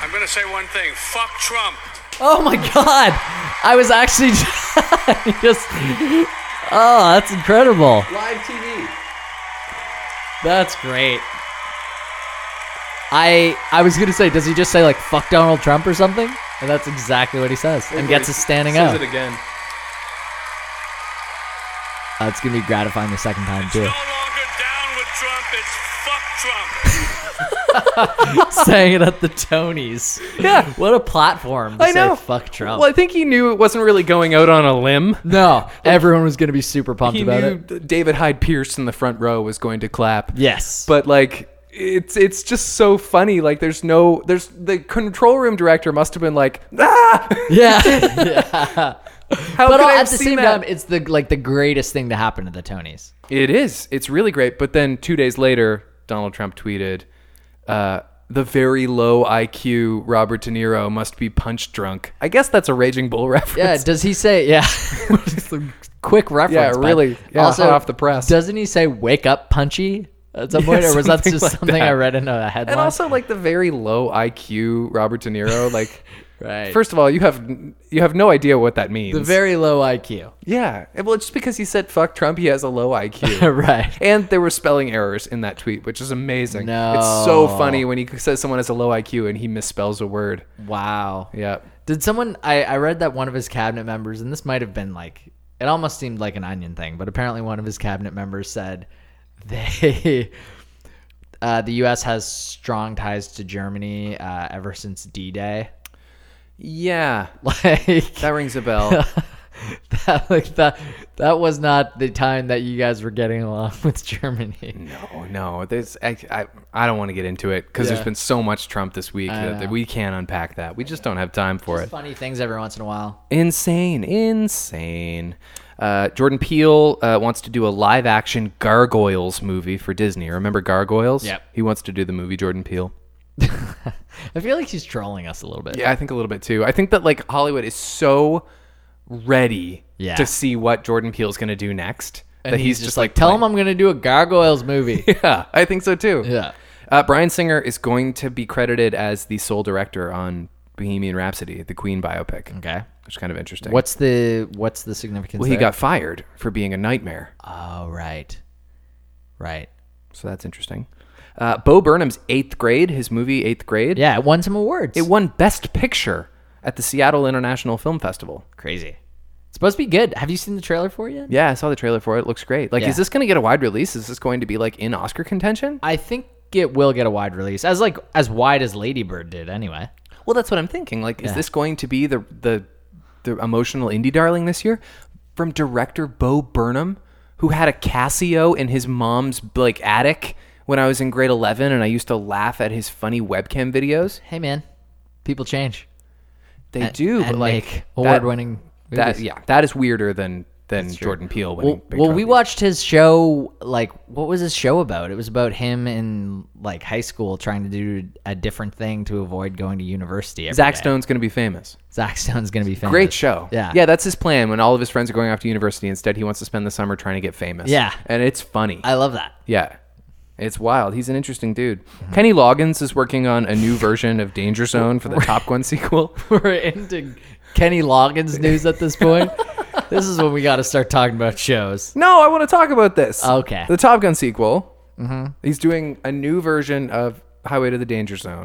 E: I'm going to say one thing. Fuck Trump.
B: Oh my god! I was actually just. Oh, that's incredible. Live TV. That's great. I I was gonna say, does he just say like "fuck Donald Trump" or something? And that's exactly what he says, and gets us standing
A: Says
B: up.
A: it again.
B: Uh, it's gonna be gratifying the second time too.
E: No longer down with Trump. It's fuck Trump.
B: Saying it at the Tonys.
A: Yeah.
B: What a platform! To
A: I know.
B: Say, Fuck Trump.
A: Well, I think he knew it wasn't really going out on a limb.
B: No, everyone was gonna be super pumped
A: He
B: about
A: knew
B: it.
A: that David Hyde Pierce in the front row was going to clap.
B: Yes.
A: but like it's it's just so funny like there's no there's the control room director must have been like ah
B: yeah.
A: how
B: but
A: could I
B: at
A: have
B: the
A: seen
B: same
A: that?
B: time, it's the like the greatest thing to happen to the Tonys.
A: it is it's really great but then two days later donald trump tweeted uh the very low IQ Robert De Niro must be punch drunk. I guess that's a Raging Bull
B: Yeah,
A: reference.
B: does he say? Yeah, Just a quick reference.
A: Yeah,
B: but
A: really. Yeah, hot off the press.
B: Doesn't he say "wake up, punchy" at some point, or was that
A: something
B: just
A: like
B: something I
A: that.
B: read in a headline?
A: and also like the very low IQ Robert De Niro. Like,
B: right.
A: first of all, you have you have no idea what that means.
B: the very low IQ.
A: yeah. Well, just because he said "fuck Trump," he has a low IQ.
B: right.
A: And there were spelling errors in that tweet, which is amazing.
B: No.
A: It's so funny when he says someone has a low IQ and he misspells a word.
B: Wow.
A: Yeah.
B: Did someone? I I read that one of his cabinet members, and this might have been like it almost seemed like an onion thing, but apparently one of his cabinet members said they. Uh, the U.S. has strong ties to Germany uh, ever since D-Day.
A: Yeah.
B: Like
A: That rings a bell.
B: that like that that was not the time that you guys were getting along with Germany.
A: no, no. There's, I, I, I don't want to get into it because
B: Yeah.
A: there's been so much Trump this week that, that we can't unpack that. We just don't have time for it.
B: Funny things every once in a while.
A: Insane. Insane. Uh, Jordan Peele uh, wants to do a live action Gargoyles movie for Disney. Remember Gargoyles?
B: Yep.
A: He wants to do the movie Jordan Peele.
B: I feel like he's trolling us a little bit.
A: Yeah, I think a little bit too. I think that like Hollywood is so ready
B: Yeah.
A: to see what Jordan Peele's going to do next
B: And
A: that
B: he's, just, like, tell him I'm gonna do a gargoyles movie.
A: playing- yeah, I think so too.
B: yeah.
A: Uh, Brian Singer is going to be credited as the sole director on Bohemian Rhapsody, the Queen biopic,
B: Okay.
A: which is kind of interesting.
B: What's the what's the significance?
A: well, he
B: there?
A: got fired for being a nightmare,
B: Oh right, right.
A: so that's interesting. Uh, Bo Burnham's Eighth Grade, his movie Eighth Grade,
B: Yeah, it won some awards.
A: it won Best Picture at the Seattle International Film Festival.
B: crazy. It's supposed to be good. Have you seen the trailer for it yet?
A: Yeah, I saw the trailer for it. It looks great. Like,
B: Yeah.
A: is this going to get a wide release? Is this going to be like in Oscar contention?
B: I think it will get a wide release, as like as wide as Ladybird did, anyway.
A: Well, that's what I'm thinking. Like, is this going to be the the the emotional indie darling this year from director Bo Burnham, who had a Casio in his mom's like attic when I was in grade 11, and I used to laugh at his funny webcam videos.
B: Hey man, people change.
A: They do, but
B: and
A: like
B: make
A: that-
B: award-winning
A: That
B: movies.
A: yeah, that is weirder than than Jordan Peele.
B: Well,
A: winning Oh, big
B: well we
A: trophies.
B: watched his show. Like, what was his show about? It was about him in like high school trying to do a different thing to avoid going to university. every
A: Zack
B: day.
A: Stone's going to be famous.
B: Zack Stone's gonna be famous.
A: Great show.
B: Yeah.
A: Yeah, that's his plan. When all of his friends are going off to university, instead he wants to spend the summer trying to get famous.
B: Yeah.
A: And it's funny.
B: I love that.
A: yeah. It's wild. He's an interesting dude. Kenny Loggins is working on a new version of Danger Zone for the Top Gun sequel.
B: We're into Kenny Loggins news at this point. this is when we got to start talking about shows.
A: no, I want to talk about this.
B: Okay.
A: The Top Gun sequel. Mm-hmm. He's doing a new version of Highway to the Danger Zone.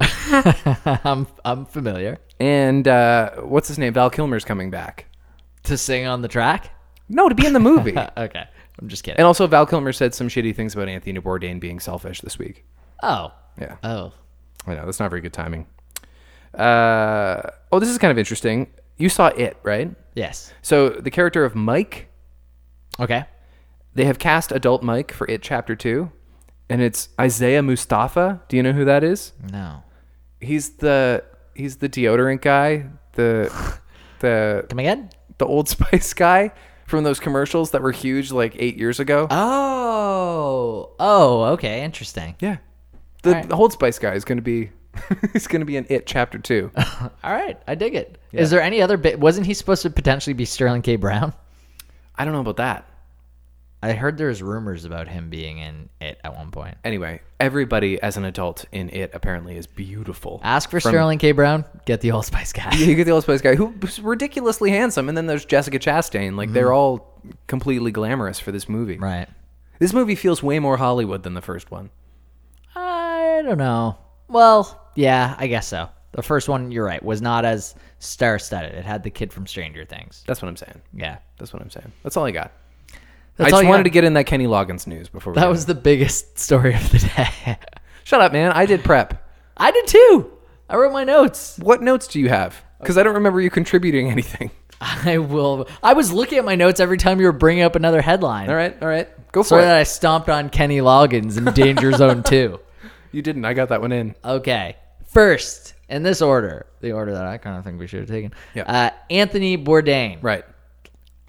B: I'm I'm familiar
A: and uh, what's his name? Val Kilmer's coming back.
B: to sing on the track. Uh,
A: No, to be in the movie.
B: Okay. I'm just kidding.
A: And also, Val Kilmer said some shitty things about Anthony Bourdain being selfish this week.
B: oh.
A: Yeah.
B: Oh.
A: I know that's not very good timing. Uh, oh, this is kind of interesting. You saw it, right?
B: Yes.
A: So the character of Mike,
B: Okay.
A: they have cast adult Mike for it chapter two, and it's Isaiah Mustafa. Do you know who that is?
B: No.
A: He's the he's the deodorant guy, the the
B: Come again?
A: the Old Spice guy from those commercials that were huge like eight years ago.
B: Oh. Oh, okay. Interesting.
A: yeah, the, the Old Spice guy is going to be he's going to be in it chapter two.
B: All right. I dig it. Is there any other bit? Wasn't he supposed to potentially be Sterling K. Brown?
A: I don't know about that.
B: I heard there's rumors about him being in it at one point.
A: Anyway, everybody as an adult in it apparently is beautiful.
B: Ask for Sterling K. Brown, get the Allspice guy.
A: you get the Old Spice guy who's ridiculously handsome, and then there's Jessica Chastain. Like they're all completely glamorous for this movie.
B: Mm-hmm. right.
A: This movie feels way more Hollywood than the first one.
B: I don't know. Well, yeah, I guess so. The first one, you're right, was not as star studded. It had the kid from Stranger Things.
A: That's what I'm saying.
B: Yeah.
A: That's what I'm saying. That's all I got.
B: That's
A: I
B: all
A: just
B: you
A: wanted
B: got?
A: to get in that Kenny Loggins news before we
B: That
A: get
B: was
A: in.
B: the biggest story of the day.
A: Shut up, man. I did prep.
B: I did too. I wrote my notes.
A: What notes do you have? Because I don't remember you contributing anything.
B: I will. I was looking at my notes every time you were bringing up another headline.
A: All right, all right. Go for
B: Sorry
A: it.
B: that I stomped on Kenny Loggins in Danger Zone 2.
A: You didn't. I got that one in.
B: Okay. First, in this order, the order that I kind of think we should have taken,
A: Yeah.
B: uh, Anthony Bourdain.
A: Right.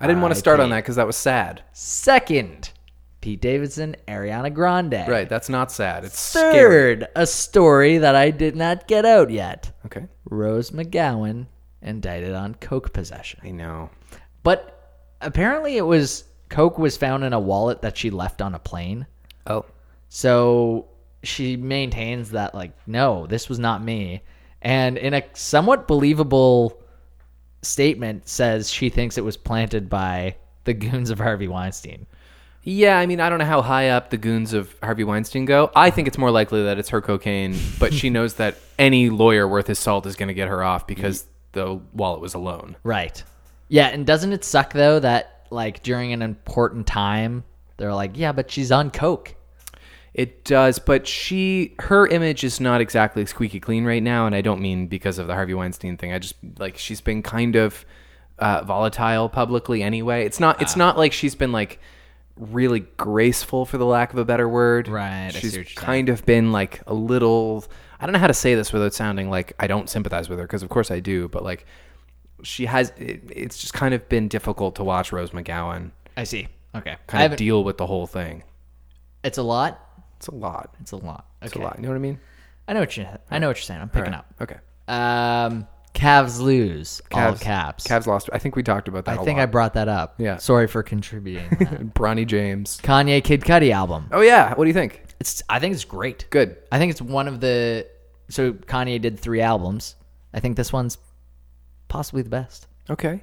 A: I didn't want to start on that because that was sad.
B: Second, Pete Davidson, Ariana Grande.
A: Right. That's not sad. It's scary.
B: Third, a story that I did not get out yet.
A: Okay.
B: Rose McGowan indicted on coke possession.
A: I know.
B: But apparently it was coke was found in a wallet that she left on a plane.
A: Oh.
B: So she maintains that, like, no, this was not me. And in a somewhat believable statement, says she thinks it was planted by the goons of Harvey Weinstein.
A: Yeah, I mean, I don't know how high up the goons of Harvey Weinstein go. I think it's more likely that it's her cocaine, but she knows that any lawyer worth his salt is going to get her off because the wallet was alone.
B: Right. Yeah, and doesn't it suck though that like during an important time they're like, yeah, but she's on coke.
A: It does, but she her image is not exactly squeaky clean right now, and I don't mean because of the Harvey Weinstein thing. I just like she's been kind of uh, volatile publicly anyway. It's not
B: Ah.
A: it's not like she's been like really graceful for the lack of a better word.
B: Right, I see
A: She's
B: what you're saying.
A: kind of been like a little I don't know how to say this without sounding like I don't sympathize with her because of course I do, but like she has it, it's just kind of been difficult to watch Rose McGowan
B: I see. Okay. I
A: kind of
B: haven't,
A: deal with the whole thing.
B: it's a lot.
A: It's a lot.
B: It's a lot. Okay.
A: It's a lot. You know what I mean?
B: I know what you I know what you're saying. I'm picking
A: Right. Okay.
B: up. Um Cavs lose. all
A: Cavs-
B: caps.
A: Cavs lost. I think we talked about that.
B: I think I brought that up.
A: Yeah.
B: Sorry for contributing. that.
A: Bronny James.
B: Kanye Kid Cudi album.
A: Oh yeah. What do you think?
B: It's I think it's great.
A: Good.
B: I think it's one of the so Kanye did three albums. I think this one's possibly the best
A: Okay.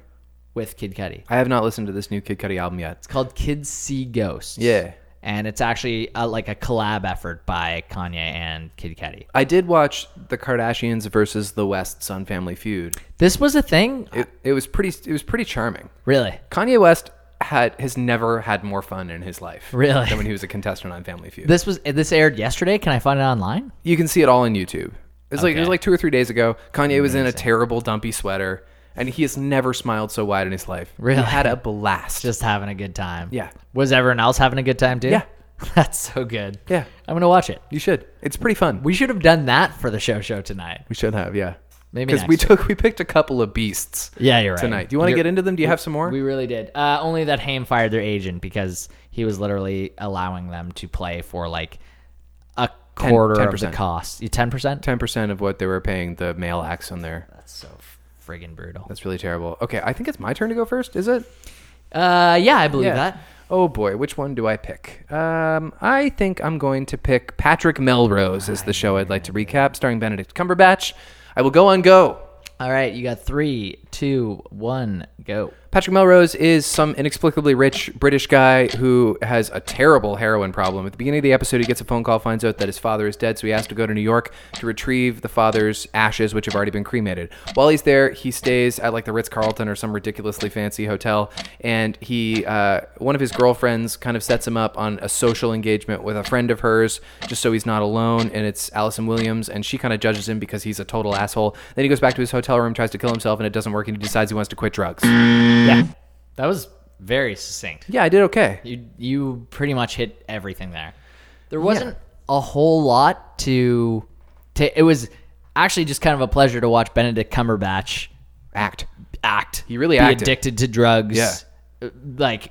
B: with Kid Cudi.
A: I have not listened to this new Kid Cudi album yet.
B: called Kids See Ghosts.
A: Yeah.
B: And it's actually uh like a collab effort by Kanye and Kid Cudi.
A: I did watch the Kardashians versus the Wests on Family Feud.
B: This was a thing, Uh,
A: It, it was pretty. It was pretty charming.
B: really.
A: Kanye West had has never had more fun in his life.
B: Really?
A: Than when he was a contestant on Family Feud.
B: This was uh, this aired yesterday. Can I find it online?
A: you can see it all on YouTube. It's like it was
B: Okay.
A: like two or three days ago. Kanye was in a terrible dumpy sweater, and he has never smiled so wide in his life.
B: Really?
A: He had a blast.
B: Just having a good time.
A: Yeah.
B: Was everyone else having a good time too?
A: Yeah.
B: That's so good.
A: Yeah.
B: I'm gonna watch it.
A: you should. It's pretty fun.
B: We should have done that for the show show tonight.
A: We should have, yeah.
B: Maybe
A: Because we
B: next
A: took we picked a couple of beasts
B: Yeah, you're right.
A: tonight. Do you want to
B: You're-
A: get into them? Do you have some more?
B: We really did. Uh, only that Haim fired their agent because he was literally allowing them to play for like a quarter of the
A: 10%.
B: cost. Ten percent.
A: Ten percent of what they were paying the male acts on there.
B: That's so friggin' brutal.
A: That's really terrible. Okay, I think it's my turn to go first. Is it?
B: Uh, yeah, I believe
A: Yeah.
B: that.
A: Oh boy, which one do I pick? Um, I think I'm going to pick Patrick Melrose as the show I'd like to recap, starring Benedict Cumberbatch. I will go on go.
B: All right, you got three, two, one, go.
A: Patrick Melrose is some inexplicably rich British guy who has a terrible heroin problem. At the beginning of the episode, he gets a phone call, finds out that his father is dead, so he has to go to New York to retrieve the father's ashes, which have already been cremated. While he's there, he stays at like the Ritz Carlton or some ridiculously fancy hotel, and he, uh, one of his girlfriends, kind of sets him up on a social engagement with a friend of hers, just so he's not alone. And it's Allison Williams, and she kind of judges him because he's a total asshole. Then he goes back to his hotel room, tries to kill himself, and it doesn't work, and he decides he wants to quit drugs. Mm.
B: Yeah, that was very succinct.
A: Yeah, I did okay.
B: You you pretty much hit everything there. There wasn't a whole lot to to. It was actually just kind of a pleasure to watch Benedict Cumberbatch
A: Act.
B: act.
A: He really
B: be
A: acted.
B: addicted to drugs.
A: Yeah.
B: uh, like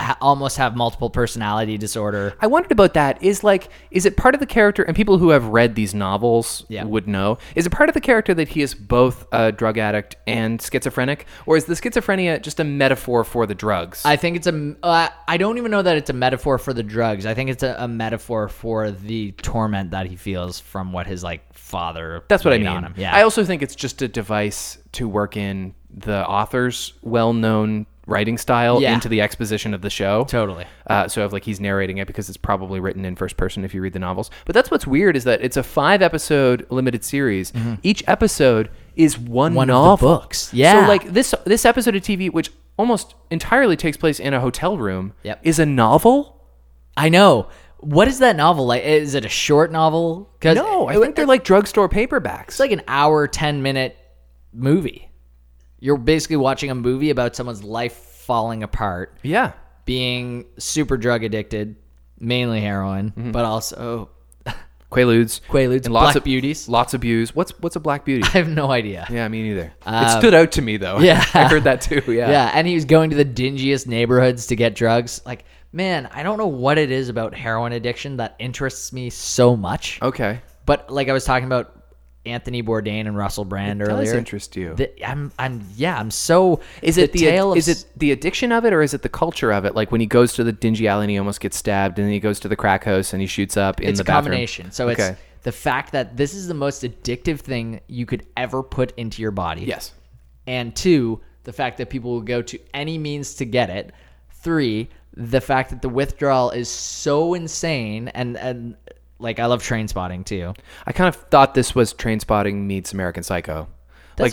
B: ha- almost have multiple personality disorder.
A: I wondered about that. Is like, is it part of the character? And people who have read these novels
B: Yeah.
A: would know. Is it part of the character that he is both a drug addict and schizophrenic, or is the schizophrenia just a metaphor for the drugs?
B: I think it's a. Uh, I don't even know that it's a metaphor for the drugs. I think it's a, a metaphor for the torment that he feels from what his like father.
A: That's what I
B: laid
A: mean.
B: on him. Yeah.
A: I also think it's just a device to work in the author's well-known writing style
B: Yeah.
A: into the exposition of the show.
B: totally.
A: Uh, so if like he's narrating it because it's probably written in first person if you read the novels. But that's what's weird is that it's a five episode limited series. Each episode is one,
B: Mm-hmm. One of the
A: novel.
B: books. Yeah.
A: So like this this episode of TV, which almost entirely takes place in a hotel room,
B: Yep.
A: is a novel.
B: I know. What is that novel like? Is it a short novel? 'Cause
A: No, I
B: it-
A: think they're like drugstore paperbacks.
B: it's like an hour, ten minute movie. You're basically watching a movie about someone's life falling apart.
A: yeah,
B: being super drug addicted, mainly heroin,
A: Mm-hmm.
B: but also
A: Quaaludes,
B: Quaaludes,
A: and lots
B: Black
A: of
B: Beauties.
A: lots of views. What's what's a black beauty?
B: I have no idea.
A: yeah, me neither. it stood out to me though.
B: Um, yeah.
A: I heard that too.
B: Yeah. and he was going to the dingiest neighborhoods to get drugs. Like, man, I don't know what it is about heroin addiction that interests me so much.
A: Okay.
B: But like I was talking about Anthony Bourdain and Russell Brand
A: Does
B: earlier.
A: interest you?
B: The- I'm, I'm, yeah, I'm so.
A: Is it the,
B: tale of
A: is
B: s-
A: it the addiction of it or is it the culture of it? Like when he goes to the dingy alley and he almost gets stabbed, and then he goes to the crack house and he shoots up in
B: it's
A: the
B: a
A: bathroom.
B: combination. So
A: Okay.
B: it's the fact that this is the most addictive thing you could ever put into your body.
A: yes,
B: and two, the fact that people will go to any means to get it. Three, the fact that the withdrawal is so insane and and like I love train spotting too.
A: I kind of thought this was Train Spotting meets American Psycho.
B: That's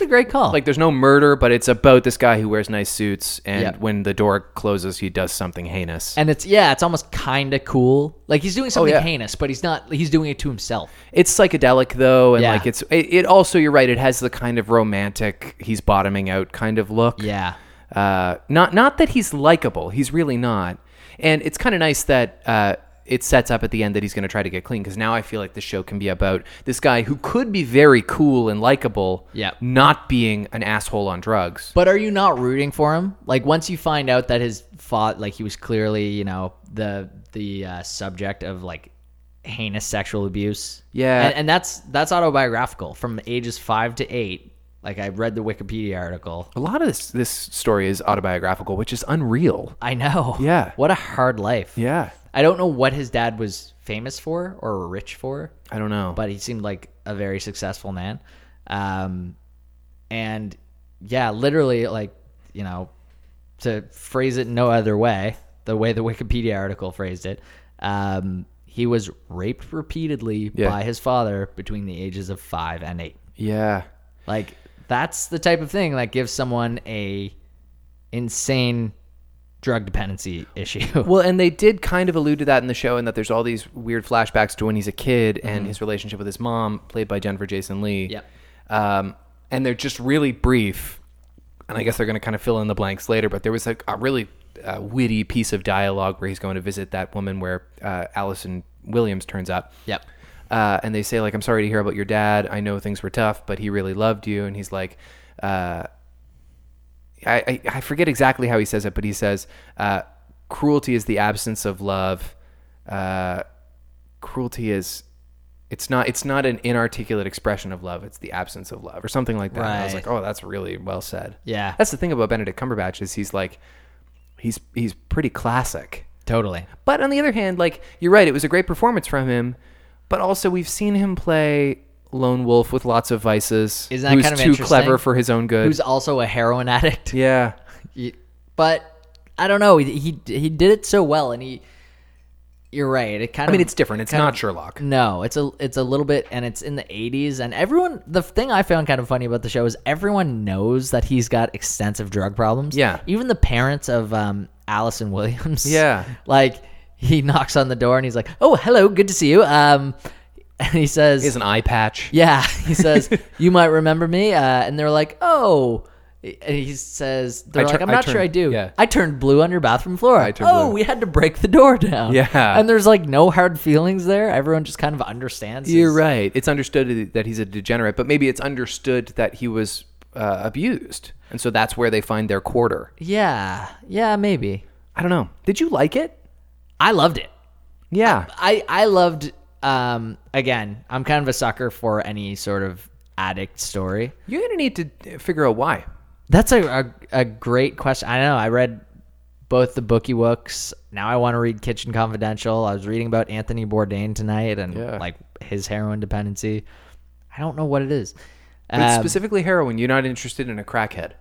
A: Like-
B: a great call.
A: Like there's no murder, but it's about this guy who wears nice suits, and
B: Yep.
A: when the door closes, he does something heinous.
B: and it's yeah, it's almost kind of cool. Like he's doing something
A: Oh, yeah.
B: heinous, but he's not. He's doing it to himself.
A: it's psychedelic though, and
B: Yeah.
A: like it's it, it also you're right. It has the kind of romantic he's bottoming out kind of look.
B: Yeah,
A: Uh, not not that he's likable. He's really not. And it's kind of nice that uh, it sets up at the end that he's going to try to get clean because now I feel like the show can be about this guy who could be very cool and likable,
B: Yep.
A: not being an asshole on drugs.
B: but are you not rooting for him? Like once you find out that his fought, like he was clearly, you know, the the uh, subject of like heinous sexual abuse.
A: Yeah.
B: and, and that's that's autobiographical from ages five to eight. Like I read the Wikipedia article.
A: A lot of this this story is autobiographical, which is unreal.
B: I know.
A: Yeah.
B: what a hard life.
A: Yeah,
B: I don't know what his dad was famous for or rich for.
A: I don't know.
B: but he seemed like a very successful man. Um, and yeah, literally, like, you know, to phrase it no other way, the way the Wikipedia article phrased it, um, he was raped repeatedly
A: Yeah.
B: by his father between the ages of five and eight.
A: yeah,
B: Like, that's the type of thing that gives someone a insane drug dependency issue.
A: Well, and they did kind of allude to that in the show, and that there's all these weird flashbacks to when he's a kid and his relationship with his mom, played by Jennifer Jason Lee.
B: Yep.
A: Um, and they're just really brief, and I guess they're going to kind of fill in the blanks later. But there was like a really uh, witty piece of dialogue where he's going to visit that woman where uh, Allison Williams turns up.
B: Yep.
A: Uh, and they say like, "I'm sorry to hear about your dad. I know things were tough, but he really loved you." And he's like, uh, I, I I forget exactly how he says it, but he says, uh, "Cruelty is the absence of love. Uh, cruelty is." It's not. It's not an inarticulate expression of love. It's the absence of love, or something like that. And I was
B: Right.
A: like, "Oh, that's really well said."
B: Yeah.
A: That's the thing about Benedict Cumberbatch is he's like, he's he's pretty classic.
B: Totally.
A: But on the other hand, like you're right, it was a great performance from him. But also, we've seen him play lone wolf with lots of vices
B: Isn't that
A: who's
B: kind of
A: too clever
B: interesting?
A: for his own good.
B: who's also a heroin addict.
A: yeah.
B: He- But I don't know. He, he he did it so well, and he. You're right. It kind
A: I
B: of.
A: mean, it's different. It's
B: kind
A: not
B: of-
A: Sherlock.
B: No, it's a it's a little bit, and it's in the '80s, and everyone. The thing I found kind of funny about the show is everyone knows that he's got extensive drug problems.
A: Yeah.
B: even the parents of um, Allison Williams.
A: Yeah.
B: like he knocks on the door and he's like, "Oh, hello, good to see you." Um, and he says,
A: He has an eye patch.
B: yeah, he says, "You might remember me," uh, and they're like, "Oh." And he says, "They're
A: I tur-
B: like, I'm
A: I
B: not
A: turned-
B: sure I do.
A: yeah.
B: I turned blue on your bathroom floor.
A: I turned
B: oh,
A: blue."
B: we had to break the door down.
A: Yeah.
B: and there's like no hard feelings there. Everyone just kind of understands.
A: You're
B: his-
A: right. It's understood that he's a degenerate, but maybe it's understood that he was uh, abused, and so that's where they find their quarter.
B: Yeah, yeah, maybe.
A: I don't know. Did you like it? Uh,
B: I loved it.
A: Yeah.
B: I I loved. Um, again, I'm kind of a sucker for any sort of addict story.
A: You're gonna need to figure out why.
B: That's a, a, a great question. I know. I read both the bookie books. Now I want to read Kitchen Confidential. I was reading about Anthony Bourdain tonight and
A: Yeah.
B: like his heroin dependency. I don't know what it is.
A: But it's
B: Um,
A: specifically heroin. You're not interested in a crackhead.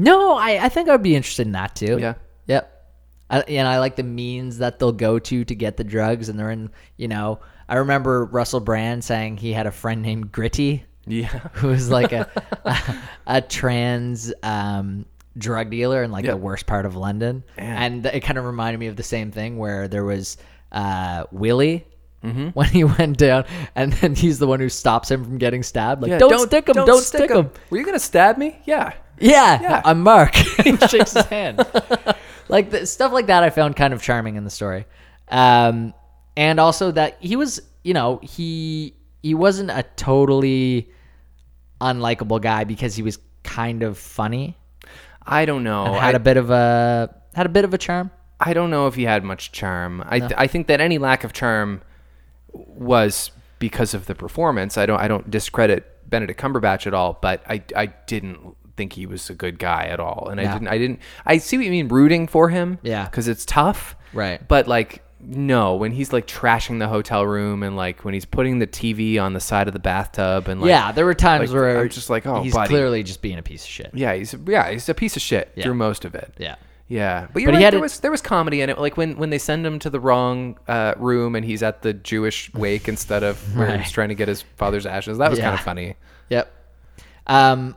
B: no, I, I think I would be interested in that too.
A: Yeah.
B: Yep. I, and I like the means that they'll go to to get the drugs. And they're in, you know, I remember Russell Brand saying he had a friend named Gritty
A: Yeah.
B: who was like a a, a trans um, drug dealer in like
A: Yeah.
B: the worst part of London, and it kind of reminded me of the same thing where there was uh, Willie. When he went down, and then he's the one who stops him from getting stabbed. Like, don't, stick him, don't, stick, him.
A: Were you gonna stab me? Yeah.
B: Yeah,
A: Yeah.
B: I'm Mark. he shakes his hand. like the, stuff like that, I found kind of charming in the story, um, and also that he was, you know, he he wasn't a totally unlikable guy because he was kind of funny,
A: I don't know. Oh, I,
B: had a bit of a had a bit of a charm.
A: I don't know if he had much charm. I th- I think that any lack of charm was because of the performance. I don't I don't discredit Benedict Cumberbatch at all, but I I didn't think he was a good guy at all, and I didn't I didn't I see what you mean rooting for him.
B: Yeah.
A: because it's tough.
B: Right.
A: but like. No, when he's like trashing the hotel room and like when he's putting the TV on the side of the bathtub and like
B: yeah, there were times
A: like,
B: where
A: I'm just like, oh,
B: he's
A: buddy.
B: clearly just being a piece of shit.
A: Yeah, he's yeah, he's a piece of shit through most of it.
B: Yeah.
A: Yeah, but you're
B: But
A: right.
B: he had
A: There
B: it-
A: was there was comedy in it. Like when when they send him to the wrong uh, room and he's at the Jewish wake instead of where he's trying to get his father's ashes. That was kind
B: Yeah.
A: of funny.
B: Yep. Um,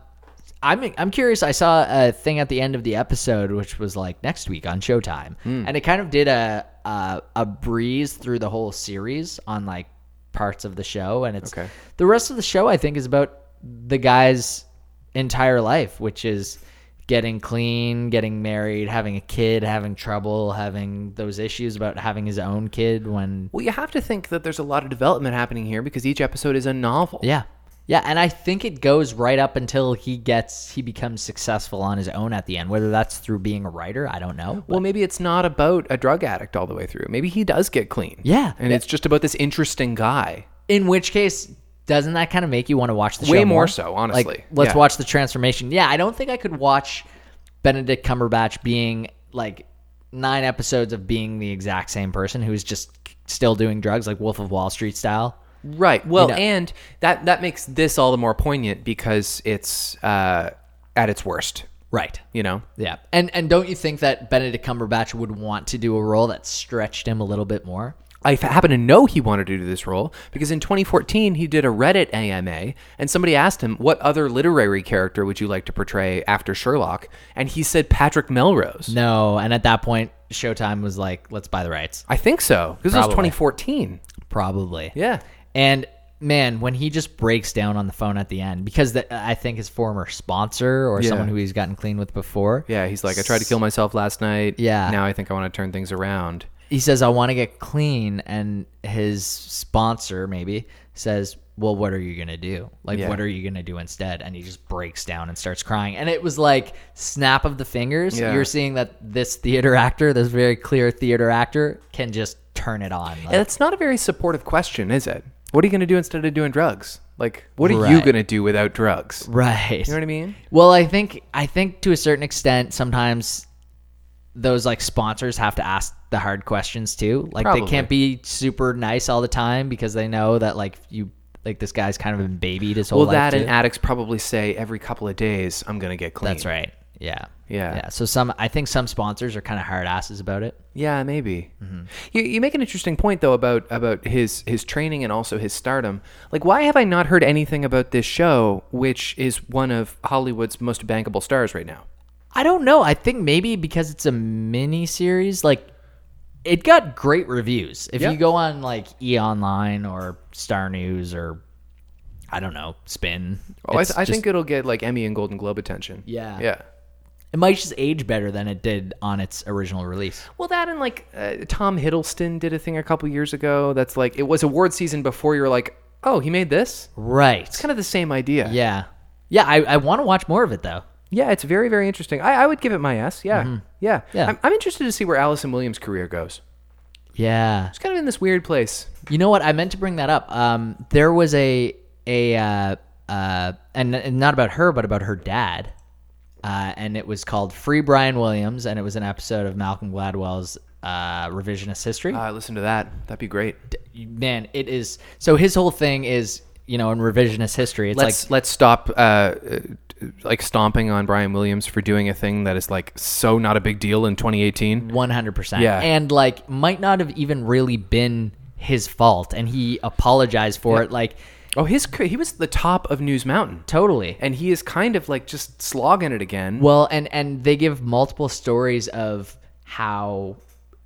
B: I'm I'm curious. I saw a thing at the end of the episode, which was like next week on Showtime, and it kind of did a, a a breeze through the whole series on like parts of the show, and it's
A: Okay.
B: the rest of the show. I think is about the guy's entire life, which is getting clean, getting married, having a kid, having trouble, having those issues about having his own kid when
A: Well, you have to think that there's a lot of development happening here because each episode is a novel.
B: Yeah. Yeah, and I think it goes right up until he gets he becomes successful on his own at the end. Whether that's through being a writer, I don't know.
A: Well, maybe it's not about a drug addict all the way through. Maybe he does get clean.
B: Yeah.
A: and it's just about this interesting guy.
B: In which case, doesn't that kind of make you want to watch the show
A: Way
B: more?
A: more so, honestly.
B: Like, let's
A: Yeah.
B: watch the transformation. Yeah, I don't think I could watch Benedict Cumberbatch being like nine episodes of being the exact same person who's just still doing drugs, like Wolf of Wall Street style.
A: Right. Well,
B: know.
A: and that that makes this all the more poignant because it's uh, at its worst.
B: Right.
A: You know.
B: Yeah. And and don't you think that Benedict Cumberbatch would want to do a role that stretched him a little bit more?
A: I f- happen to know he wanted to do this role because in 2014 he did a Reddit AMA and somebody asked him, What other literary character would you like to portray after Sherlock? And he said Patrick Melrose.
B: No, and at that point, Showtime was like, "Let's buy the rights."
A: I think so. This was
B: Probably.
A: 2014.
B: Probably.
A: Yeah.
B: And man, when he just breaks down on the phone at the end, because the, I think his former sponsor or
A: Yeah.
B: someone who he's gotten clean with before,
A: Yeah. He's like, I tried to kill myself last night.
B: Yeah.
A: Now I think I want to turn things around.
B: he says, "I want to get clean," and his sponsor maybe says. Well, what are you gonna do? Like,
A: Yeah.
B: what are you gonna do instead? And he just breaks down and starts crying. And it was like snap of the fingers.
A: Yeah.
B: You're seeing that this theater actor, this very clear theater actor, can just turn it on. Like,
A: And it's not a very supportive question, is it? What are you going to do instead of doing drugs? Like, what are you
B: Right.
A: going to do without drugs?
B: right.
A: You know what I mean?
B: Well, I think I think to a certain extent sometimes those like sponsors have to ask the hard questions too. Like
A: Probably.
B: they can't be super nice all the time because they know that like you Like this guy's kind of been babied his whole
A: Well,
B: life.
A: that and
B: too.
A: addicts probably say every couple of days, I'm going to get clean.
B: That's right. Yeah.
A: Yeah.
B: Yeah. So some, I think some sponsors are kind of hard asses about it.
A: Yeah, maybe.
B: Mm-hmm.
A: You, you make an interesting point though about about his his training and also his stardom. Like, why have I not heard anything about this show, which is one of Hollywood's most bankable stars right now?
B: I don't know. I think maybe because it's a mini series, like it got great reviews. If
A: Yeah.
B: you go on like E Online or Star News or I don't know, Spin.
A: Oh, I,
B: it's
A: I
B: just-
A: think it'll get like Emmy and Golden Globe attention.
B: Yeah.
A: yeah.
B: it might just age better than it did on its original release.
A: Well, that and like uh, Tom Hiddleston did a thing a couple years ago. That's like it was award season before you were like, oh, he made this.
B: Right.
A: Kind of the same idea.
B: yeah. Yeah, I, I want to watch more of it though.
A: Yeah, it's very, very interesting. I, I would give it my S. Yeah. Yeah.
B: Mm-hmm. Yeah.
A: I'm, I'm interested to see where Allison Williams' career goes.
B: Yeah.
A: It's kind of in this weird place.
B: You know what? I meant to bring that up. Um, there was a a uh, uh, and, and not about her, but about her dad. Uh, and it was called Free Brian Williams, and it was an episode of Malcolm Gladwell's uh, revisionist history.
A: Uh, listen to that. That'd be great.
B: Man, it is so. His whole thing is, you know, in revisionist history, it's
A: Let's let's stop uh, uh, like stomping on Brian Williams for doing a thing that is like so not a big deal in 2018.
B: like one hundred percent,
A: Yeah.
B: and like might not have even really been his fault, and he apologized for it, like
A: Oh, his ca- he was the top of News Mountain,
B: totally.
A: and he is kind of like just slogging it again.
B: Well, and and they give multiple stories of how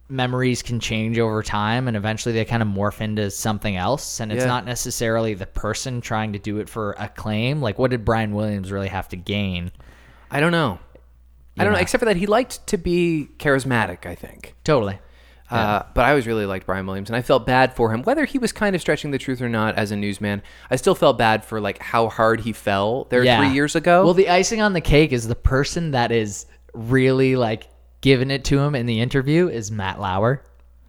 B: memories can change over time and eventually they kind of morph into something else and it's
A: Yeah.
B: not necessarily the person trying to do it for acclaim like what did Brian Williams really have to gain
A: I don't know. I don't know. Except for that, he liked to be charismatic. I think.
B: totally
A: Uh, but I always really liked Brian Williams, and I felt bad for him, whether he was kind of stretching the truth or not. As a newsman, I still felt bad for like how hard he fell there
B: yeah
A: three years ago.
B: well the icing on the cake is the person that is really like giving it to him in the interview is Matt Lauer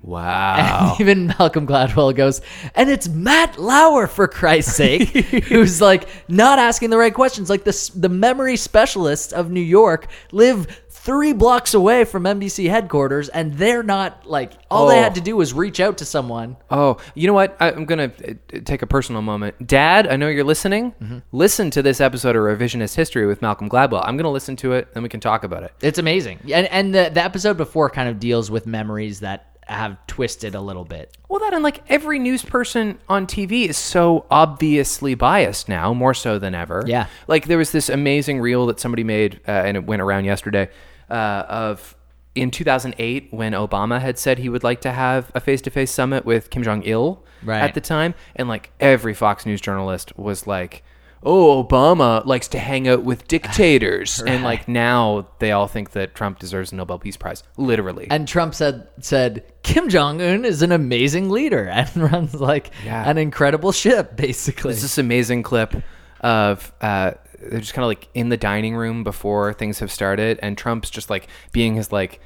A: wow.
B: And even Malcolm Gladwell goes, and it's Matt Lauer for Christ's sake, who's like not asking the right questions. Like the the memory specialists of New York live three blocks away from NBC headquarters, and they're not like all they
A: Oh.
B: had to do was reach out to someone.
A: Oh, you know what? I, I'm gonna uh, uh, take a personal moment. Dad, I know you're listening. Listen to this episode of Revisionist History with Malcolm Gladwell. I'm gonna listen to it, and we can talk about it.
B: It's amazing, and and the the episode before kind of deals with memories that have twisted a little bit.
A: Well, that and like every news person on TV is so obviously biased now, more so than ever.
B: Yeah.
A: Like there was this amazing reel that somebody made, uh, and it went around yesterday, uh, of in 2008 when Obama had said he would like to have a face-to-face summit with Kim Jong Il
B: Right.
A: at the time, and like every Fox News journalist was like. Oh, Obama likes to hang out with dictators, and like now they all think that Trump deserves a Nobel Peace Prize. Literally,
B: And Trump said said Kim Jong Un is an amazing leader and runs like
A: Yeah.
B: an incredible ship, basically.
A: There's this amazing clip of uh, they're just kind of like in the dining room before things have started, and Trump's just like being his like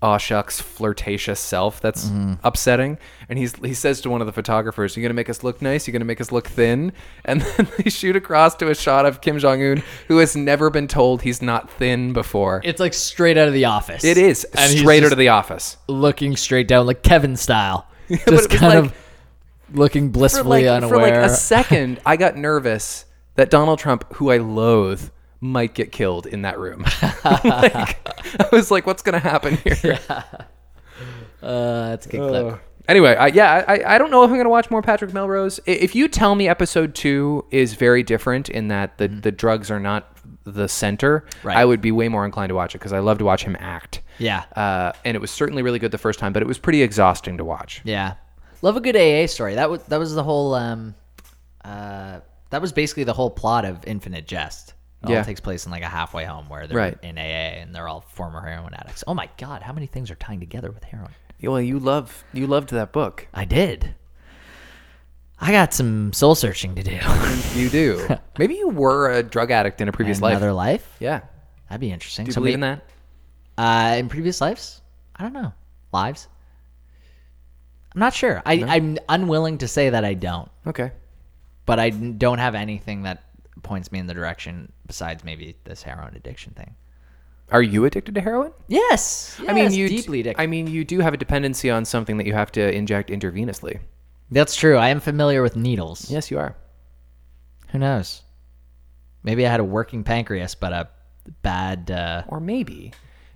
A: aw shucks flirtatious self that's upsetting and he's he says to one of the photographers you're gonna make us look nice you're gonna make us look thin and then they shoot across to a shot of kim jong-un who has never been told he's not thin before
B: It's like straight out of the office.
A: it is
B: And he's
A: straight out
B: just
A: of the office
B: looking straight down, like Kevin style,
A: but
B: just
A: it was
B: kind
A: like-
B: of looking
A: for
B: blissfully
A: like, for like
B: unaware.
A: a second, I got nervous that Donald Trump, who I loathe, might get killed in that room. like, I was like, what's going to happen here?
B: uh, that's a good
A: Oh.
B: clip.
A: Anyway, I, yeah, I, I don't know if I'm going to watch more Patrick Melrose. I- If you tell me episode two is very different in that the, the drugs are not the center,
B: Right.
A: I would be way more inclined to watch it because I love to watch him act.
B: Yeah.
A: Uh, and it was certainly really good the first time, but it was pretty exhausting to watch.
B: Yeah, love a good AA story. That was that was the whole. Um, uh, that was basically the whole plot of Infinite Jest. It
A: Yeah.
B: all takes place in like a halfway home where they're
A: Right.
B: in AA and they're all former heroin addicts. Oh my god, how many things are tying together with heroin?
A: Well, you love you loved that book.
B: I did. I got some soul searching to do.
A: You do. Maybe you were a drug addict in a previous life.
B: Another life?
A: Yeah.
B: That'd be interesting.
A: Do you
B: Somebody-
A: believe in that?
B: Uh, in previous lives? I don't know. Lives? I'm not sure. I, I'm unwilling to say that I don't,
A: Okay.
B: but I n- don't have anything that points me in the direction besides maybe this heroin addiction thing.
A: Are you addicted to heroin?
B: Yes.
A: I mean, you
B: deeply addicted.
A: I mean, you do have a dependency on something that you have to inject intravenously.
B: That's true. I am familiar with needles.
A: Yes, you are.
B: Who knows? Maybe I had a working pancreas, but a bad. Uh,
A: Or maybe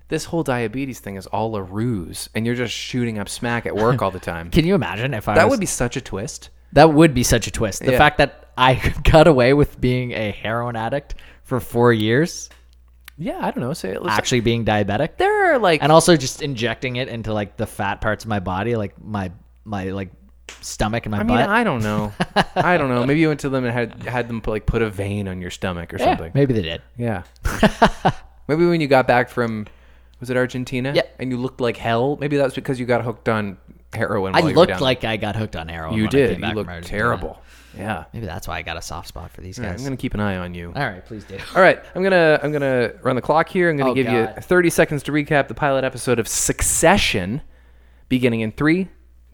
A: this whole diabetes thing is all a ruse and you're just shooting up smack at work all the time.
B: can you imagine if I
A: that
B: was-
A: would be such a twist.
B: that would be such a twist? The
A: Yeah.
B: fact that I got away with being a heroin addict for four years,
A: Yeah, I don't know. Say it looks
B: actually being diabetic,
A: there are like
B: and also just injecting it into like the fat parts of my body, like my my like stomach and my
A: I mean,
B: butt.
A: I don't know. I don't know. Maybe you went to them and had had them put, like put a vein on your stomach or
B: Yeah,
A: something.
B: maybe they did.
A: Yeah. maybe when you got back from was it Argentina?
B: Yeah.
A: And you looked like hell. Maybe that's because you got hooked on heroin.
B: I
A: while you were
B: looked
A: down.
B: like I got hooked on heroin.
A: you
B: when I came
A: did.
B: back
A: You
B: from
A: looked
B: Argentina.
A: terrible. Yeah.
B: Maybe that's why I got a soft spot for these
A: Yeah,
B: guys.
A: I'm gonna keep an eye on you.
B: All right, please do.
A: All right, I'm gonna I'm gonna run the clock here. I'm gonna
B: Oh,
A: give you
B: God.
A: 30 seconds to recap the pilot episode of Succession, beginning in three,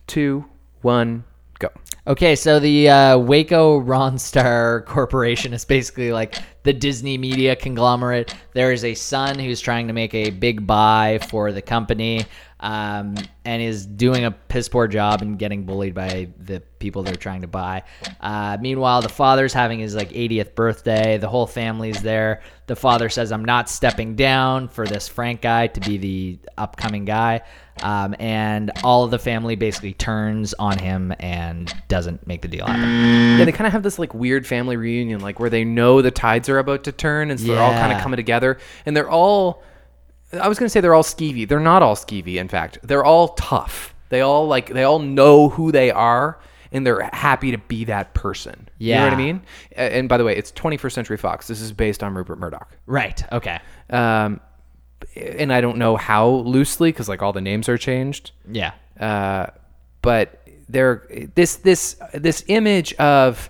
A: two, one, go.
B: Okay, so the uh, Waco Ronstar Corporation is basically like the Disney media conglomerate. There is a son who's trying to make a big buy for the company um, and is doing a piss poor job and getting bullied by the people they're trying to buy. Uh, meanwhile, the father's having his like 80th birthday. The whole family's there. The father says, "I'm not stepping down for this Frank guy to be the upcoming guy." um, and all of the family basically turns on him and doesn't make the deal happen.
A: Yeah, they kind of have this like weird family reunion, like where they know the tides are about to turn, and so they're all kind
B: Yeah.
A: of coming together, and they're all. I was gonna say they're all skeevy. They're not all skeevy. In fact, they're all tough. They all like they all know who they are, and they're happy to be that person. you know what
B: Yeah.
A: I mean. A- And by the way, it's 21st Century Fox. This is based on Rupert Murdoch.
B: Right. Okay.
A: Um, and I don't know how loosely, because like all the names are changed
B: Yeah.
A: uh, but there this this this image of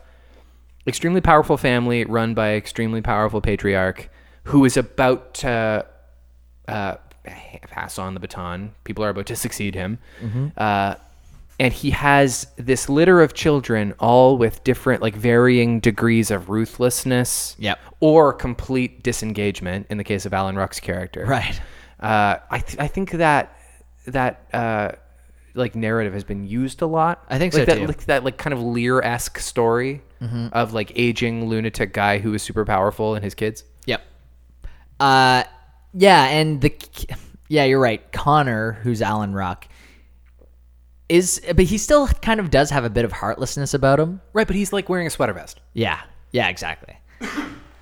A: extremely powerful family run by extremely powerful patriarch who is about to uh, pass on the baton. People are about to succeed him.
B: Mm-hmm.
A: Uh, and he has this litter of children, all with different, like varying degrees of ruthlessness
B: Yep.
A: or complete disengagement in the case of Alan Ruck's character
B: Right.
A: uh, I th- I think that that uh, like narrative has been used a lot.
B: I think
A: like
B: so,
A: that,
B: too.
A: Like that like kind of Lear esque story of like aging lunatic guy who is super powerful and his kids.
B: Yep. Uh, yeah, and the yeah, you're right. Connor, who's Alan Rock, is but he still kind of does have a bit of heartlessness about him.
A: Right, but he's like wearing a sweater vest.
B: Yeah. Yeah. Exactly.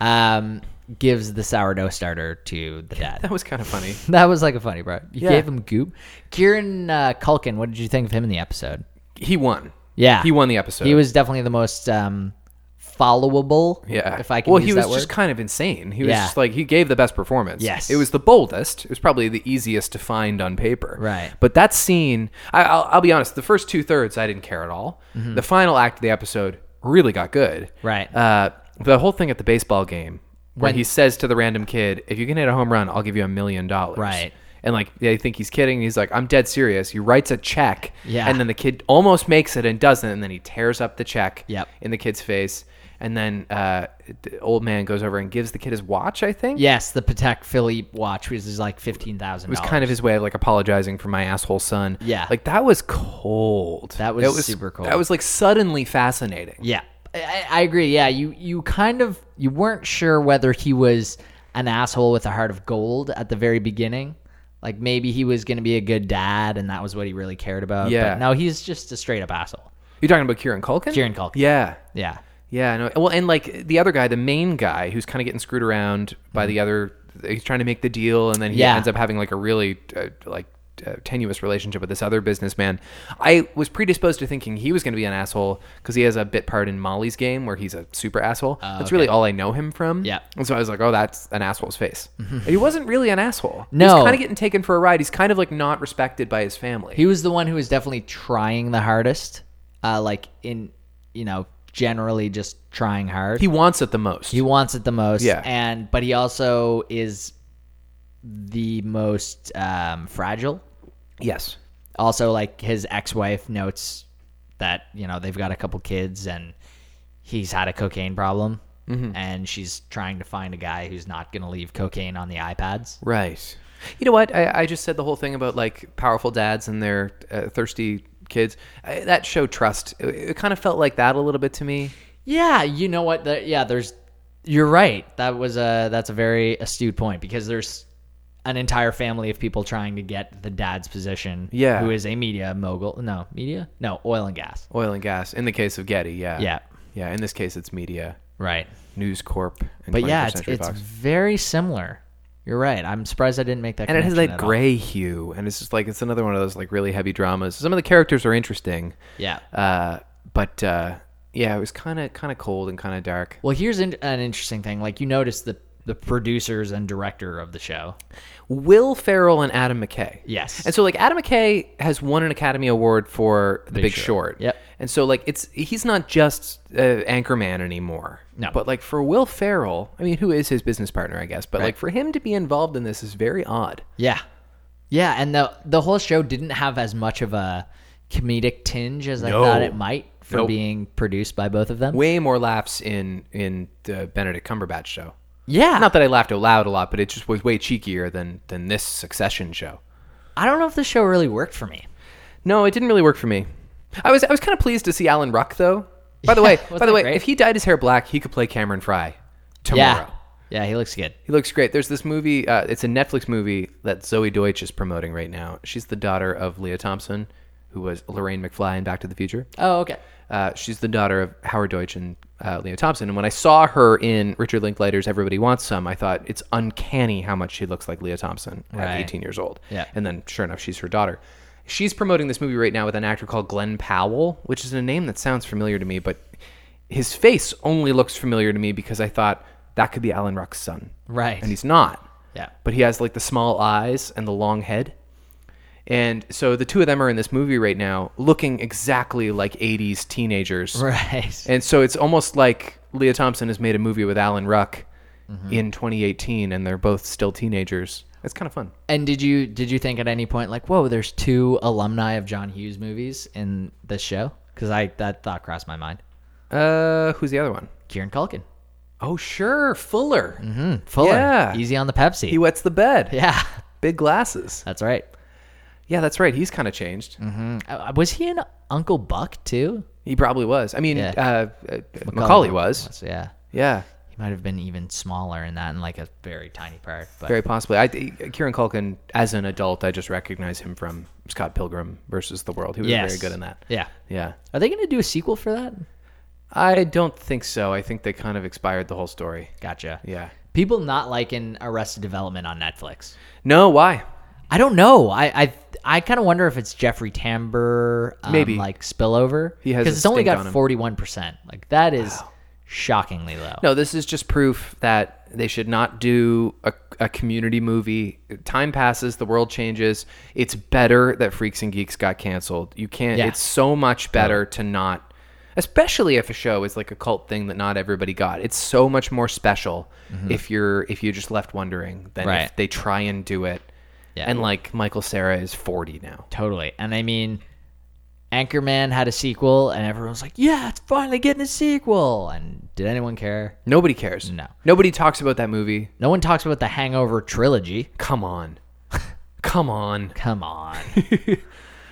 B: Um, gives the sourdough starter to the dad.
A: That was kind of funny.
B: That was like a funny bro. You
A: Yeah.
B: gave him goop. Kieran uh, Culkin, what did you think of him in the episode?
A: He won.
B: Yeah.
A: he won the episode.
B: He was definitely the most um, followable.
A: Yeah.
B: If I can
A: well,
B: use
A: he was
B: that
A: just
B: word.
A: kind of insane. He was
B: Yeah.
A: just like he gave the best performance.
B: Yes.
A: It was the boldest. It was probably the easiest to find on paper.
B: Right.
A: But that scene, I, I'll, I'll be honest. The first two thirds, I didn't care at all. The final act of the episode really got good.
B: Mm-hmm. Right.
A: Uh, the whole thing at the baseball game where
B: When-
A: he says to the random kid, "If you can hit a home run, I'll give you a million dollars."
B: Right.
A: And like they think he's kidding. He's like, "I'm dead serious." He writes a check.
B: Yeah.
A: And then the kid almost makes it and doesn't, and then he tears up the check
B: Yep.
A: in the kid's face. And then uh, the old man goes over and gives the kid his watch, I think.
B: yes, the Patek Philippe watch, which is like fifteen thousand.
A: It was kind of his way of like apologizing for my asshole son.
B: Yeah.
A: Like that was cold.
B: That was super cold.
A: That was like suddenly fascinating.
B: Yeah, I- I, I agree. Yeah, you you kind of you weren't sure whether he was an asshole with a heart of gold at the very beginning. Like maybe he was going to be a good dad, and that was what he really cared about.
A: Yeah.
B: But no, he's just a straight up asshole.
A: You're talking about Kieran Culkin?
B: Kieran Culkin.
A: Yeah.
B: Yeah.
A: Yeah, I know. Well, and like the other guy, the main guy, who's kind of getting screwed around by the other, he's trying to make the deal, and then he
B: Mm-hmm. Yeah.
A: ends up having like a really uh, like uh, tenuous relationship with this other businessman. I was predisposed to thinking he was going to be an asshole because he has a bit part in Molly's game where he's a super asshole. That's really all I know him from.
B: Ah, Yeah. Mm-hmm.
A: and so I was like, oh, that's an asshole's face. And he wasn't really an asshole.
B: No.
A: he's kind of getting taken for a ride. He's kind of like not respected by his family.
B: He was the one who was definitely trying the hardest. Uh, like in you know generally just trying hard.
A: he wants it the most.
B: He wants it the most.
A: Yeah.
B: And but he also is the most um, fragile.
A: yes.
B: Also, like his ex-wife notes that you know they've got a couple kids and he's had a cocaine problem, and she's trying to find a guy who's not going to leave cocaine on the iPads.
A: Right. You know what? I, I just said the whole thing about like powerful dads and their uh, thirsty kids. I, that show Trust. It, it kind of felt like that a little bit to me.
B: Yeah, you know what? The, yeah, there's. You're right. That was a that's a very astute point because there's an entire family of people trying to get the dad's position.
A: Yeah.
B: who is a media mogul? No, media? No, oil and gas.
A: Oil and gas. In the case of Getty, yeah.
B: Yeah.
A: Yeah. In this case, it's media,
B: Right.
A: News Corp, and
B: But
A: 21st
B: yeah, it's,
A: Century
B: it's
A: Fox.
B: very similar. You're right. I'm surprised I didn't make that.
A: and it has
B: connection
A: that
B: at all.
A: gray hue, and it's just like it's another one of those like really heavy dramas. Some of the characters are interesting.
B: Yeah.
A: Uh, but uh, yeah, it was kind of kind of cold and kind of dark.
B: Well, here's in, an interesting thing. Like you notice the the producers and director of the show.
A: Will Ferrell and Adam McKay.
B: Yes.
A: And so like Adam McKay has won an Academy Award for The Big, Short.
B: Yep.
A: And so like it's he's not just uh, Anchorman anymore.
B: No.
A: But like for Will Ferrell, I mean, who is his business partner, I guess, but like for him to be involved in this is very odd.
B: Yeah. Yeah, and the the whole show didn't have as much of a comedic tinge as I thought it might for
A: Nope.
B: being produced by both of them.
A: Way more laughs in in the Benedict Cumberbatch show.
B: yeah.
A: Not that I laughed out loud a lot, but it just was way cheekier than than this Succession show.
B: I don't know if the show really worked for me.
A: No, it didn't really work for me. I was I was kind of pleased to see Alan Ruck though. By the way,
B: wasn't
A: by the
B: it
A: way,
B: great?
A: if he dyed his hair black, he could play Cameron Fry tomorrow.
B: Yeah. Yeah, he looks good.
A: He looks great. There's this movie. Uh, it's a Netflix movie that Zoe Deutsch is promoting right now. She's the daughter of Leah Thompson, who was Lorraine McFly in Back to the Future.
B: Oh, okay.
A: Uh, she's the daughter of Howard Deutsch and uh, Leah Thompson. And when I saw her in Richard Linklater's Everybody Wants Some, I thought it's uncanny how much she looks like Leah Thompson at
B: Right.
A: 18 years old.
B: Yeah.
A: And then, sure enough, she's her daughter. She's promoting this movie right now with an actor called Glenn Powell, which is a name that sounds familiar to me, but his face only looks familiar to me because I thought that could be Alan Ruck's son.
B: Right.
A: And he's not.
B: Yeah.
A: But he has like the small eyes and the long head. And so the two of them are in this movie right now looking exactly like 80s teenagers.
B: Right.
A: And so it's almost like Leah Thompson has made a movie with Alan Ruck in 2018 and they're both still teenagers. It's kind of fun.
B: And did you did you think at any point like, whoa, there's two alumni of John Hughes movies in this show? Because I that thought crossed my mind.
A: Uh, who's the other one?
B: Kieran Culkin,
A: Oh, sure. Fuller. Mm-hmm.
B: Hmm, Fuller,
A: Yeah.
B: Easy on the Pepsi.
A: He wets the bed.
B: yeah,
A: Big glasses.
B: that's right.
A: Yeah, that's right. He's kind of changed.
B: Uh, was he in Uncle Buck too?
A: He probably was. I mean,
B: Yeah.
A: uh, uh, Macaulay was.
B: Yeah.
A: Yeah.
B: He might have been even smaller in that and like a very tiny part. But
A: Very possibly. I, Kieran Culkin, as an adult, I just recognize him from Scott Pilgrim versus the World. He was
B: Yes.
A: very good in that.
B: yeah.
A: Yeah.
B: Are they going to do a sequel for that?
A: I don't think so. I think they kind of expired the whole story.
B: Gotcha.
A: Yeah.
B: People not liking Arrested Development on Netflix.
A: No, why?
B: I don't know. I I, I kind of wonder if it's Jeffrey Tambor um,
A: Maybe.
B: like spillover
A: He has a
B: it's only
A: stink on
B: got
A: him.
B: 41%. Like that is shockingly low.
A: No, this is just proof that they should not do a, a community movie. Time passes, the world changes. It's better that Freaks and Geeks got canceled. You can't,
B: Yeah.
A: it's so much better to not, especially if a show is like a cult thing that not everybody got. It's so much more special if you're, if you're just left wondering than if
B: Mm-hmm. Right.
A: they try and do it.
B: Yeah.
A: And like Michael Sarah is 40 now.
B: Totally. And I mean, Anchorman had a sequel, and everyone's like, "Yeah, it's finally getting a sequel." And did anyone care?
A: Nobody cares.
B: No.
A: Nobody talks about that movie.
B: No one talks about the Hangover trilogy.
A: Come on. Come on.
B: Come on.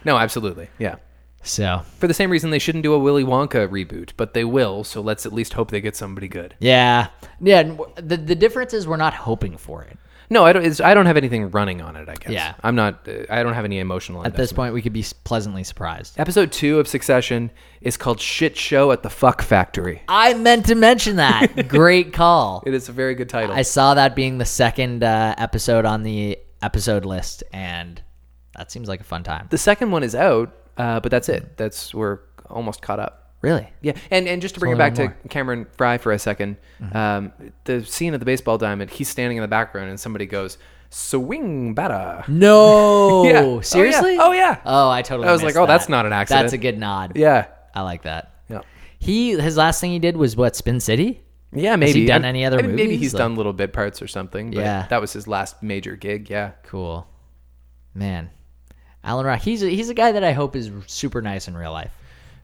A: No, absolutely. Yeah.
B: so
A: For the same reason they shouldn't do a Willy Wonka reboot, but they will, so let's at least hope they get somebody good.
B: yeah, yeah. and w- The the difference is we're not hoping for it
A: No, I don't it's, I don't have anything running on it, I guess.
B: Yeah.
A: I'm not uh, I don't have any emotional
B: at this point. We could be s- pleasantly surprised.
A: Episode 2 of Succession is called Shit Show at the Fuck Factory.
B: I meant to mention that. Great call.
A: It is a very good title.
B: I saw that being the second uh, episode on the episode list, and that seems like a fun time.
A: the second one is out, uh, but that's it. That's we're almost caught up.
B: Really?
A: Yeah, and and just to bring it
B: only
A: back
B: one
A: to Cameron Fry for a 2nd um, the scene of the baseball diamond, he's standing in the background, and somebody goes, "Swing
B: Mm.
A: batter."
B: No.
A: Yeah. Oh, yeah.
B: Seriously?
A: Oh, yeah.
B: Oh, I totally.
A: I was
B: missed
A: like, oh,
B: that.
A: that's not an accident.
B: That's a good nod.
A: Yeah,
B: I like that.
A: yeah,
B: He his last thing he did was what Spin City.
A: yeah. Maybe
B: done
A: And-
B: any other
A: I mean, Maybe
B: movies?
A: he's
B: Like-
A: done little bit parts or something. But
B: Yeah.
A: that was his last major gig. Yeah,
B: Cool, man. Alan Rock. He's a, he's a guy that I hope is super nice in real life.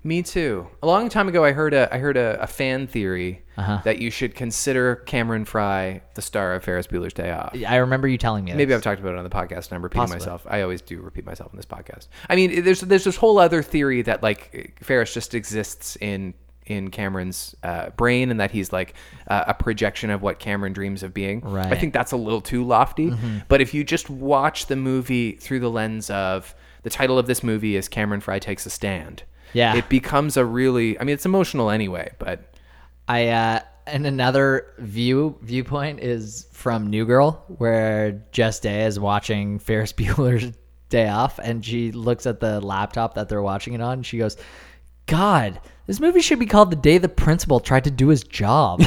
A: me too. A long time ago, I heard a I heard a, a fan theory
B: Uh-huh.
A: that you should consider Cameron Fry the star of Ferris Bueller's Day Off.
B: I remember you telling me.
A: Maybe
B: this.
A: I've talked about it on the podcast, and I'm repeating myself. I always do repeat myself in this podcast. I mean, there's there's this whole other theory that like Ferris just exists in in Cameron's uh, brain, and that he's like uh, a projection of what Cameron dreams of being. I
B: Right. Mm-hmm.
A: think that's a little too lofty. But if you just watch the movie through the lens of the title of this movie is Cameron Fry Takes a Stand.
B: Yeah.
A: It becomes a really, I mean, it's emotional anyway, but
B: I uh and another view viewpoint is from New Girl, where Jess Day is watching Ferris Bueller's Day Off, and she looks at the laptop that they're watching it on. And she goes, "God, this movie should be called The Day the Principal Tried to Do His Job."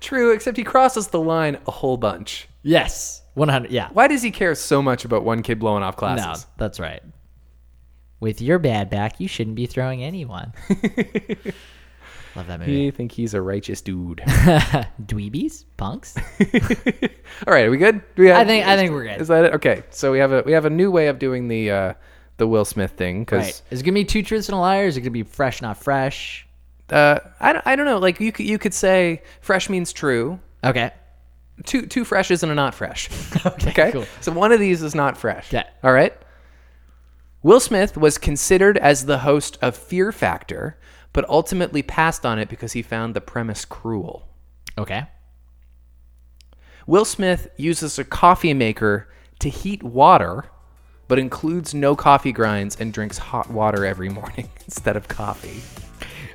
A: true, except he crosses the line a whole bunch.
B: yes, one hundred. Yeah,
A: Why does he care so much about one kid blowing off
B: no,
A: classes?
B: that's right. With your bad back, you shouldn't be throwing anyone. Love that movie.
A: You think he's a righteous dude.
B: Dweebies, punks.
A: All right, are we good? Do we have,
B: I think I think we're good.
A: is that it? Okay, so we have a we have a new way of doing the uh, the Will Smith thing because
B: Right. Is it gonna be two truths and a liar? Is it gonna be fresh, not fresh?
A: uh, I, don't- I don't know. Like you could, you could say fresh means true.
B: Okay.
A: Two two freshes and a not fresh.
B: Okay. Cool.
A: So one of these is not fresh.
B: Okay.
A: All right. Will Smith was considered as the host of Fear Factor, but ultimately passed on it because he found the premise cruel.
B: Okay.
A: Will Smith uses a coffee maker to heat water, but includes no coffee grinds and drinks hot water every morning instead of coffee.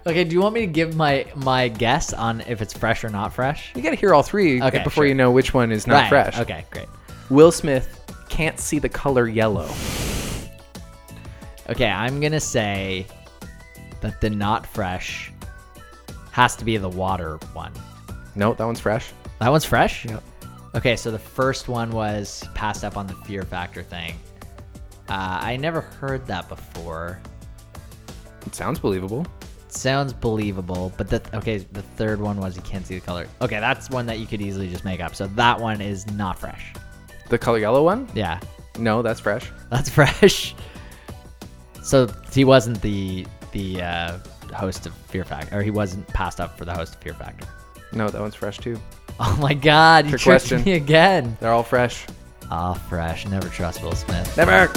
B: Okay. Do you want me to give my my guess on if it's fresh or not fresh?
A: You got to hear all three
B: Okay,
A: before
B: sure.
A: you know which one is not
B: Right.
A: fresh.
B: Okay. Great.
A: Will Smith can't see the color yellow.
B: Okay. I'm gonna say that the not fresh has to be the water one.
A: No, that one's fresh.
B: That one's fresh. Yep. Okay. So the first one was passed up on the fear factor thing. Uh, I never heard that before.
A: It sounds believable.
B: sounds believable, but the okay, the third one was you can't see the color. Okay, that's one that you could easily just make up. So that one is not fresh.
A: The color yellow one?
B: Yeah,
A: No, that's fresh.
B: that's fresh. So he wasn't the the uh, host of Fear Factor, or he wasn't passed up for the host of Fear Factor.
A: No, that one's fresh too.
B: Oh my God, you
A: Trick
B: tricked
A: question.
B: me again.
A: They're all fresh.
B: Ah, fresh. Never trust Will Smith.
A: Never.